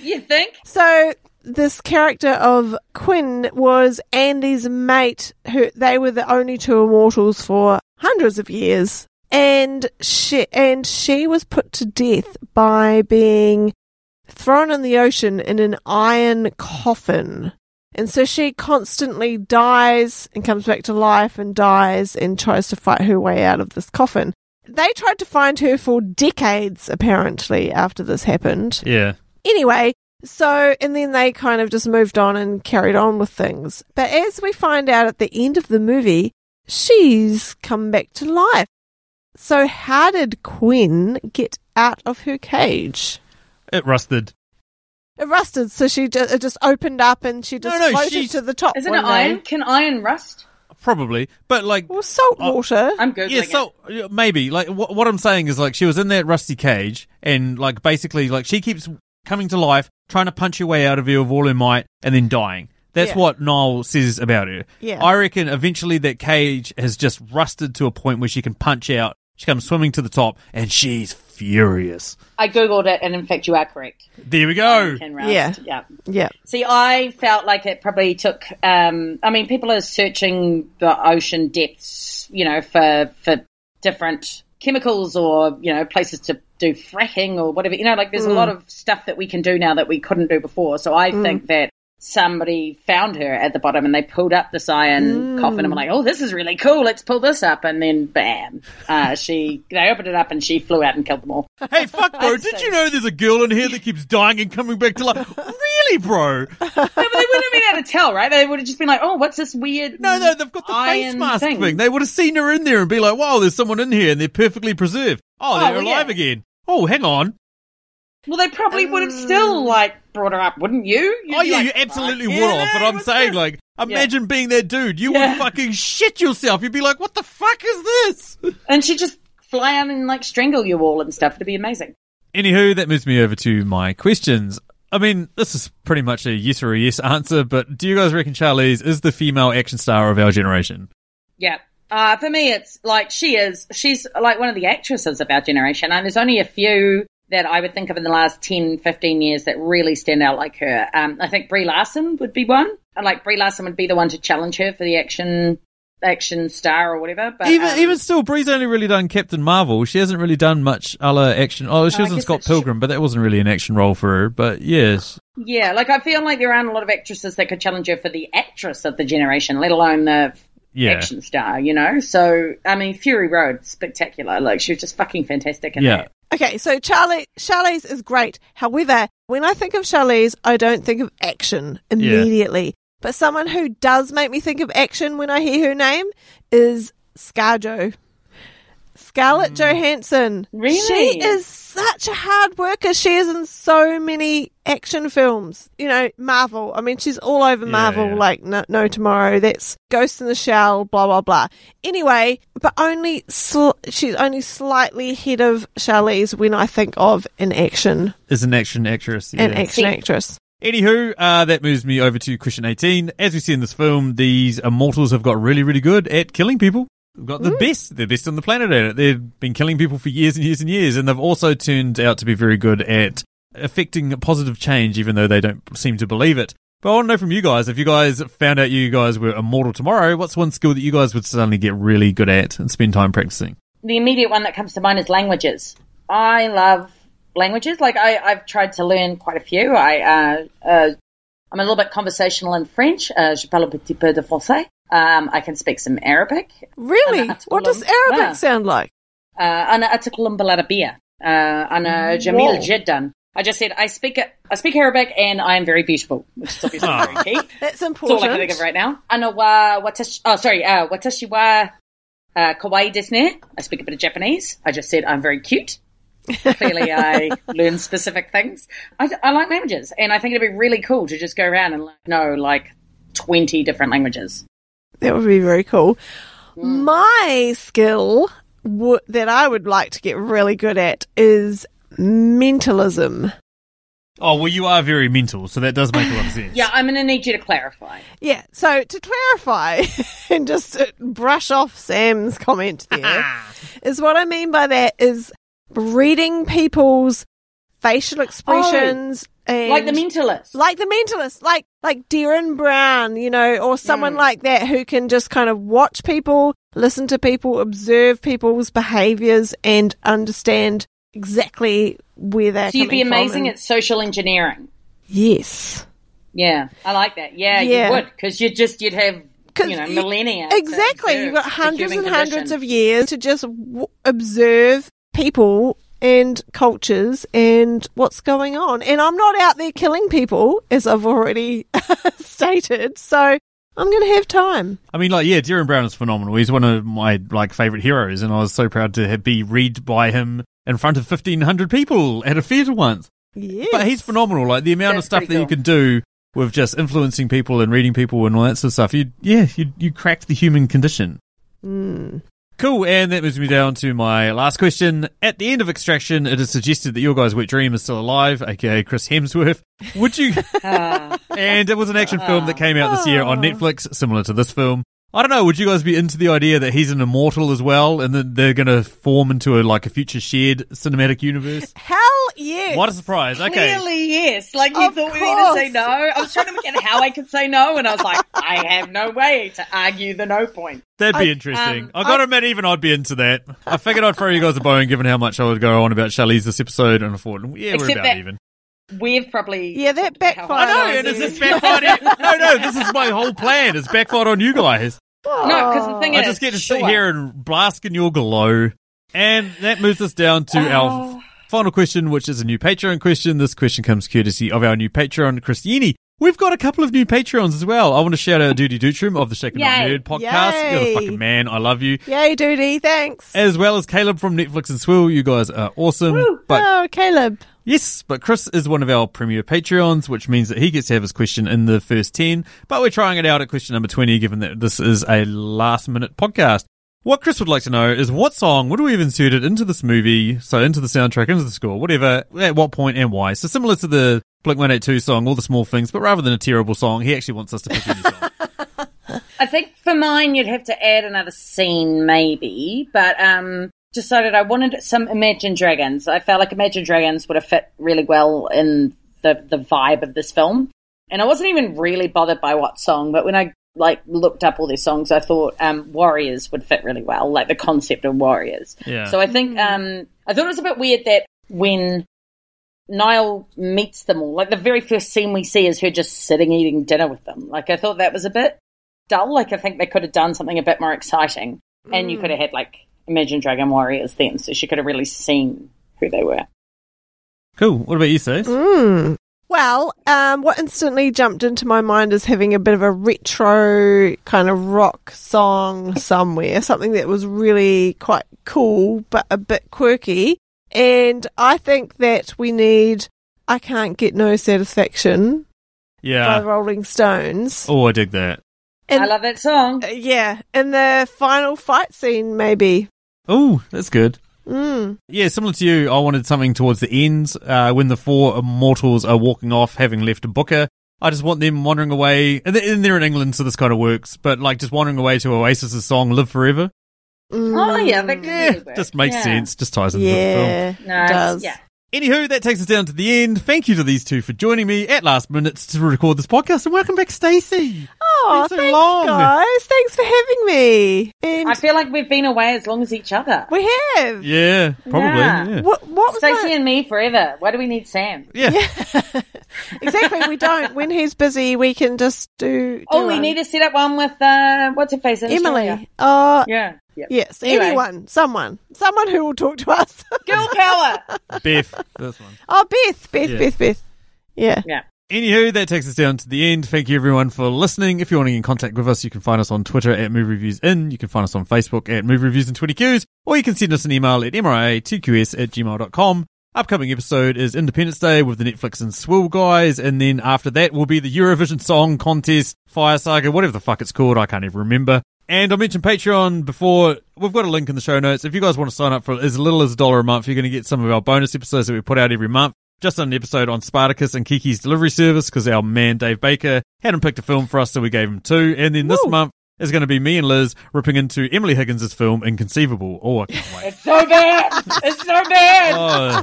H: You think?
G: so this character of Quinn was Andy's mate. Who they were the only two immortals for hundreds of years, and she and she was put to death by being thrown in the ocean in an iron coffin. And so she constantly dies and comes back to life and dies and tries to fight her way out of this coffin. They tried to find her for decades, apparently, after this happened
F: Yeah.
G: anyway, so, and then they kind of just moved on and carried on with things. But as we find out at the end of the movie, she's come back to life. So, how did Quinn get out of her cage?
F: It rusted.
G: It rusted, so she ju- it just opened up and she just
F: No, no,
G: floated
F: she's-
G: to the top.
H: Isn't
G: one
H: it
G: day.
H: iron? Can iron rust?
F: Probably. But, like,
G: Well, salt
F: Oh.
G: water.
H: I'm Googling
F: yeah, so yeah, maybe. Like, wh- what I'm saying is, like, she was in that rusty cage, and, like, basically, like, she keeps coming to life, trying to punch her way out of here with all her might, and then dying. That's
G: Yeah.
F: what Niall says about her.
G: Yeah.
F: I reckon eventually that cage has just rusted to a point where she can punch out. She comes swimming to the top, and she's furious.
H: it. I Googled it, and in fact, you are correct.
F: There we go.
H: Can rust.
G: Yeah.
H: yeah.
G: yeah.
H: See, I felt like it probably took. Um, I mean, people are searching the ocean depths, you know, for for different chemicals or you know places to do fracking or whatever. You know, like there's a lot of stuff that we can do now that we couldn't do before. So I think that somebody found her at the bottom and they pulled up this iron coffin and were like, "Oh, this is really cool. Let's pull this up." And then, bam, uh, she they opened it up and she flew out and killed them all.
F: Hey, fuck, bro. Did you know there's a girl in here that keeps dying and coming back to life? Really, bro?
H: No, but they wouldn't have been able to tell, right? They would have just been like, "Oh, what's this weird?"
F: No, no, they've got the face
H: iron
F: mask thing. They would have seen her in there and be like, wow, there's someone in here and they're perfectly preserved. Oh,
H: Oh,
F: they're
H: well,
F: alive
H: yeah.
F: again. Oh, hang on.
H: Well, they probably would have still like brought her up, wouldn't you? You'd
F: Oh
H: be
F: yeah,
H: like,
F: you absolutely
H: "Fuck
F: would
H: yeah,
F: have. But I'm
H: what's
F: saying,
H: this?"
F: like, imagine being that dude. You
H: Yeah.
F: would fucking shit yourself. You'd be like, "What the fuck is this?"
H: and she just fly out and like strangle you all and stuff. It'd be amazing.
F: Anywho, that moves me over to my questions. I mean, this is pretty much a yes or a yes answer. But do you guys reckon Charlize is the female action star of our generation?
H: Yeah. Uh, for me, it's like she is. She's like one of the actresses of our generation. And there's only a few that I would think of in the last 10, 15 years that really stand out like her. Um, I think Brie Larson would be one. And like Brie Larson would be the one to challenge her for the action action star or whatever. But
F: even
H: um,
F: even still, Bree's only really done Captain Marvel. She hasn't really done much other action. Oh, she
H: Oh, I
F: was in
H: guess
F: Scott
H: that's true.
F: Pilgrim, but that wasn't really an action role for her. But yes,
H: yeah, like I feel like there aren't a lot of actresses that could challenge her for the actress of the generation, let alone the
F: yeah,
H: action star. You know. So I mean, Fury Road, spectacular. Like she was just fucking fantastic. In
F: yeah.
H: that.
G: Okay, so Charlie Charlize is great. However, when I think of Charlize, I don't think of action immediately. But someone who does make me think of action when I hear her name is ScarJo. Scarlett Johansson.
H: Really?
G: She is such a hard worker. She is in so many action films. You know, Marvel. I mean, she's all over Marvel,
F: yeah.
G: like no, no Tomorrow. That's Ghost in the Shell, blah, blah, blah. Anyway, but only sl- she's only slightly ahead of Charlize when I think of an action,
F: Is an action actress.
G: an
F: yeah.
G: action
H: See-
G: actress.
F: Anywho, uh, that moves me over to question 18. As we see in this film, these immortals have got really, really good at killing people. They've got the best. They're best on the planet at it. They've been killing people for years and years and years, and they've also turned out to be very good at affecting positive change, even though they don't seem to believe it. But I want to know from you guys, if you guys found out you guys were immortal tomorrow, what's one skill that you guys would suddenly get really good at and spend time practicing?
H: the immediate one that comes to mind is languages. I love languages. Like I, I've tried to learn quite a few. I, uh, uh, I'm a little bit conversational in French. Uh, je parle un petit peu de français. Um, I can speak some Arabic.
G: Really?
H: that's
G: What does
H: cool.
G: Arabic
H: Wow.
G: sound like?
H: Uh, أنا أتكلم بالعربية. Uh, أنا جميل جدا. I just said I speak I speak Arabic and I am very beautiful, which is obviously very key.
G: That's
H: That's all
G: important.
H: I can think of right now. Ana wa watashi. Oh, sorry. Uh, watashi wa uh, kawaii desu ne. I speak a bit of Japanese. I just said I'm very cute. Clearly, I learn specific things. I, I like languages, and I think it'd be really cool to just go around and like, know like twenty different languages.
G: That would be very cool.
H: Mm.
G: My skill w- that I would like to get really good at is mentalism.
F: Oh, well, you are very mental, so that does make a lot of sense.
H: Yeah, I'm gonna need you to clarify.
G: Yeah, so to clarify and just to brush off Sam's comment there, is what I mean by that is reading people's facial expressions and
H: Oh, Like the mentalist.
G: like the mentalist, like like Darren Brown, you know, or
H: Mm.
G: someone like that who can just kind of watch people, listen to people, observe people's behaviors, and understand exactly where they're.
H: so you'd be
G: coming from
H: amazing
G: and-
H: at social engineering.
G: yes,
H: Yeah, I like that. Yeah,
G: Yeah.
H: you would because you'd just you'd have
G: 'Cause
H: you know
G: you-
H: millennia. to
G: exactly. You've
H: observe
G: got
H: the
G: hundreds
H: human
G: and hundreds
H: condition.
G: of years to just w- observe people and cultures and what's going on. And I'm not out there killing people, as I've already stated. So I'm going to have time.
F: I mean, like, yeah, Darren Brown is phenomenal. He's one of my like favorite heroes, and I was so proud to ha- be read by him in front of fifteen hundred people at a theatre once.
G: Yes.
F: But he's phenomenal. Like the amount
H: That's
F: of stuff that
H: pretty
F: you
H: cool.
F: can do with just influencing people and reading people and all that sort of stuff. You, yeah, you you cracked the human condition.
H: Hmm.
F: Cool, and that moves me down to my last question. At the end of Extraction, it is suggested that your guy's wet dream is still alive, aka Chris Hemsworth. Would you?
H: Ah.
F: and it was an action film that came out this year on Netflix, similar to this film. I don't know. Would you guys be into the idea that he's an immortal as well, and that they're going to form into a like a future shared cinematic universe?
G: Hell yes.
F: What a surprise! Okay,
H: Clearly, yes. Like you
G: Of
H: thought we were going to say
G: course.
H: no. I was trying to work out how I could say no, and I was like, I have no way to argue the no point.
F: That'd be interesting. I gotta admit, even I'd be into that. I figured I'd throw you guys a bone given how much I would go on about Shelley's this episode, and I thought, yeah, we're
H: Except
F: about
H: that-
F: even.
H: We've probably
G: Yeah, that
F: I
G: backfired.
F: know,
G: Oh,
F: and is
G: yeah.
F: this backfired? no, no, this is my whole plan. It's backfired on you guys.
G: Oh.
H: No, because the thing
F: I
H: is,
F: just get to sit
H: sure.
F: here and blask in your glow. And that moves us down to our final question, which is a new Patreon question. This question comes courtesy of our new Patreon, Christiani, We've got a couple of new Patreons as well. I want to shout out Duty Dutrum of the Shaken Not
H: Yay.
F: Nerd podcast. You're the
G: Yay.
F: fucking man. I love you.
G: Yay, duty. Thanks.
F: As well as Caleb from Netflix and Swill. You guys are awesome. But
G: oh, Caleb.
F: Yes, but Chris is one of our premier Patreons, which means that he gets to have his question in the first 10, but we're trying it out at question number 20, given that this is a last minute podcast. What Chris would like to know is what song would we have inserted into this movie, so into the soundtrack, into the score, whatever, at what point and why. So similar to the Blink 182 song, All the Small Things, but rather than a terrible song, he actually wants us to pick any song.
H: I think for mine, you'd have to add another scene, maybe. But um, decided I wanted some Imagine Dragons. I felt like Imagine Dragons would have fit really well in the the vibe of this film. And I wasn't even really bothered by what song, but when I like looked up all their songs, I thought um, Warriors would fit really well, like the concept of Warriors.
F: Yeah.
H: So I think um, I thought it was a bit weird that when Niall meets them all, like the very first scene we see is her just sitting eating dinner with them. Like I thought that was a bit dull. Like I think they could have done something a bit more exciting, and you could
G: Mm.
H: have had like Imagine Dragon Warriors then, so she could have really seen who they were.
F: Cool. What about you, Sis?
G: Mm. Well, um, what instantly jumped into my mind is having a bit of a retro kind of rock song somewhere, something that was really quite cool but a bit quirky. And I think that we need I Can't Get No Satisfaction by the
F: Yeah.
G: Rolling Stones.
F: Oh, I dig that.
G: And,
H: I love that song.
G: uh, yeah, in the final fight scene, maybe.
F: Oh, that's good.
G: Mm.
F: Yeah, similar to you, I wanted something towards the end uh, when the four immortals are walking off, having left Booker. I just want them wandering away, and they- and they're in England, so this kind of works. But like just wandering away to Oasis's song "Live Forever,"
G: Mm.
H: Oh yeah, that could
F: yeah,
H: really work.
F: just makes
H: Yeah.
F: sense. Just ties into the film.
G: Yeah,
H: Nice.
G: it does.
H: Yeah.
F: Anywho, that takes us down to the end. Thank you to these two for joining me at last minutes to record this podcast, and welcome back, Stacey.
G: Oh,
F: It's been so
G: thanks,
F: long.
G: guys. Thanks for having me. And
H: I feel like we've been away as long as each other.
G: we have.
F: Yeah, probably.
H: Yeah.
F: Yeah.
G: What, what was
H: Stacey
G: that?
H: and me forever. Why do we need Sam?
F: Yeah.
G: Exactly, we don't. When he's busy, we can just do. do
H: Oh, we
G: one.
H: need to set up one with uh, what's her face? in Australia.
G: Emily. Uh,
H: Yeah. yeah.
G: Yes,
H: Anyway.
G: anyone, someone, someone who will talk to us.
H: Girl power.
F: Beth, that's one.
G: oh, Beth, Beth,
F: Yeah.
G: Beth, Beth. Yeah.
F: Anywho, that takes us down to the end. Thank you everyone for listening. If you want to get in contact with us, you can find us on Twitter at Movie Reviews In. You can find us on Facebook at Movie Reviews and 20Qs, or you can send us an email at mria2qs at gmail.com. Upcoming episode is Independence Day with the Netflix and Swill guys, and then after that will be the Eurovision Song Contest, Fire Saga, whatever the fuck it's called, I can't even remember. And I mentioned Patreon before. We've got a link in the show notes. If you guys want to sign up for as little as a dollar a month, you're going to get some of our bonus episodes that we put out every month. Just done an episode on Spartacus and Kiki's delivery service because our man Dave Baker hadn't picked a film for us, so we gave him two. And then this month is going to be me and Liz ripping into Emily Higgins' film Inconceivable. Oh, I can't wait.
H: It's so bad. It's so bad.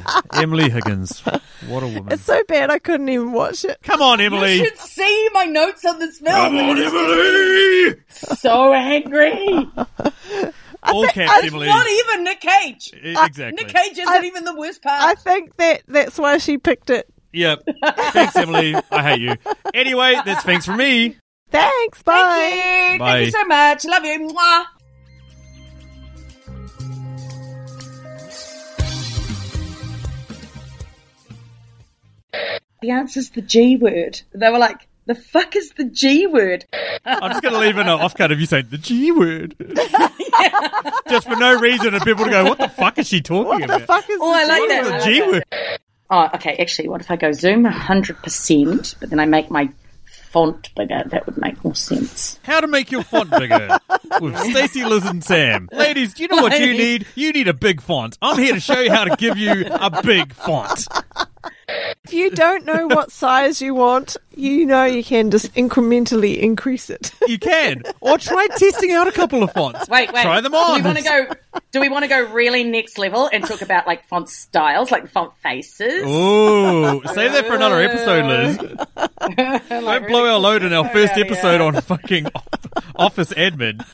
F: oh, Emily Higgins. What a woman.
G: It's so bad I couldn't even watch it.
F: Come on,
H: You
F: Emily.
H: should see my notes on this film. It is So angry.
F: All caps,
H: It's
F: Emily.
H: not even Nick Cage.
F: E-
H: Nick
F: Exactly.
H: Cage isn't even the worst part.
G: I think that that's why she picked it.
F: Yep. Thanks, Emily. I hate you. Anyway, that's thanks for me.
G: Thanks. Bye.
H: Thank you.
F: Bye.
H: Thank you so much. Love you. Mwah. The answer's the G word. They were like, the fuck is the G word?
F: I'm just going to leave in an off cut if you say the G word. Just for no reason, and people to go, what the fuck is she talking
G: What
F: about?
G: the fuck is
H: Oh, I like that.
F: The G word.
H: Oh, okay. Actually, what if I go zoom 100%, but then I make my font bigger? That would make more sense.
F: How to make your font bigger with Stacey, Liz, and Sam. Ladies, do you know what you need? You need a big font. I'm here to show you how to give you a big font.
G: If you don't know what size you want, you know you can just incrementally increase it.
F: You can. Or try testing out a couple of fonts.
H: Wait, wait.
F: Try them
H: Do
F: on.
H: we want to go? Do we want to go really next level and talk about like font styles, like font faces?
F: Ooh, save that for another episode, Liz. Don't blow our load in our first episode on fucking Office Admin.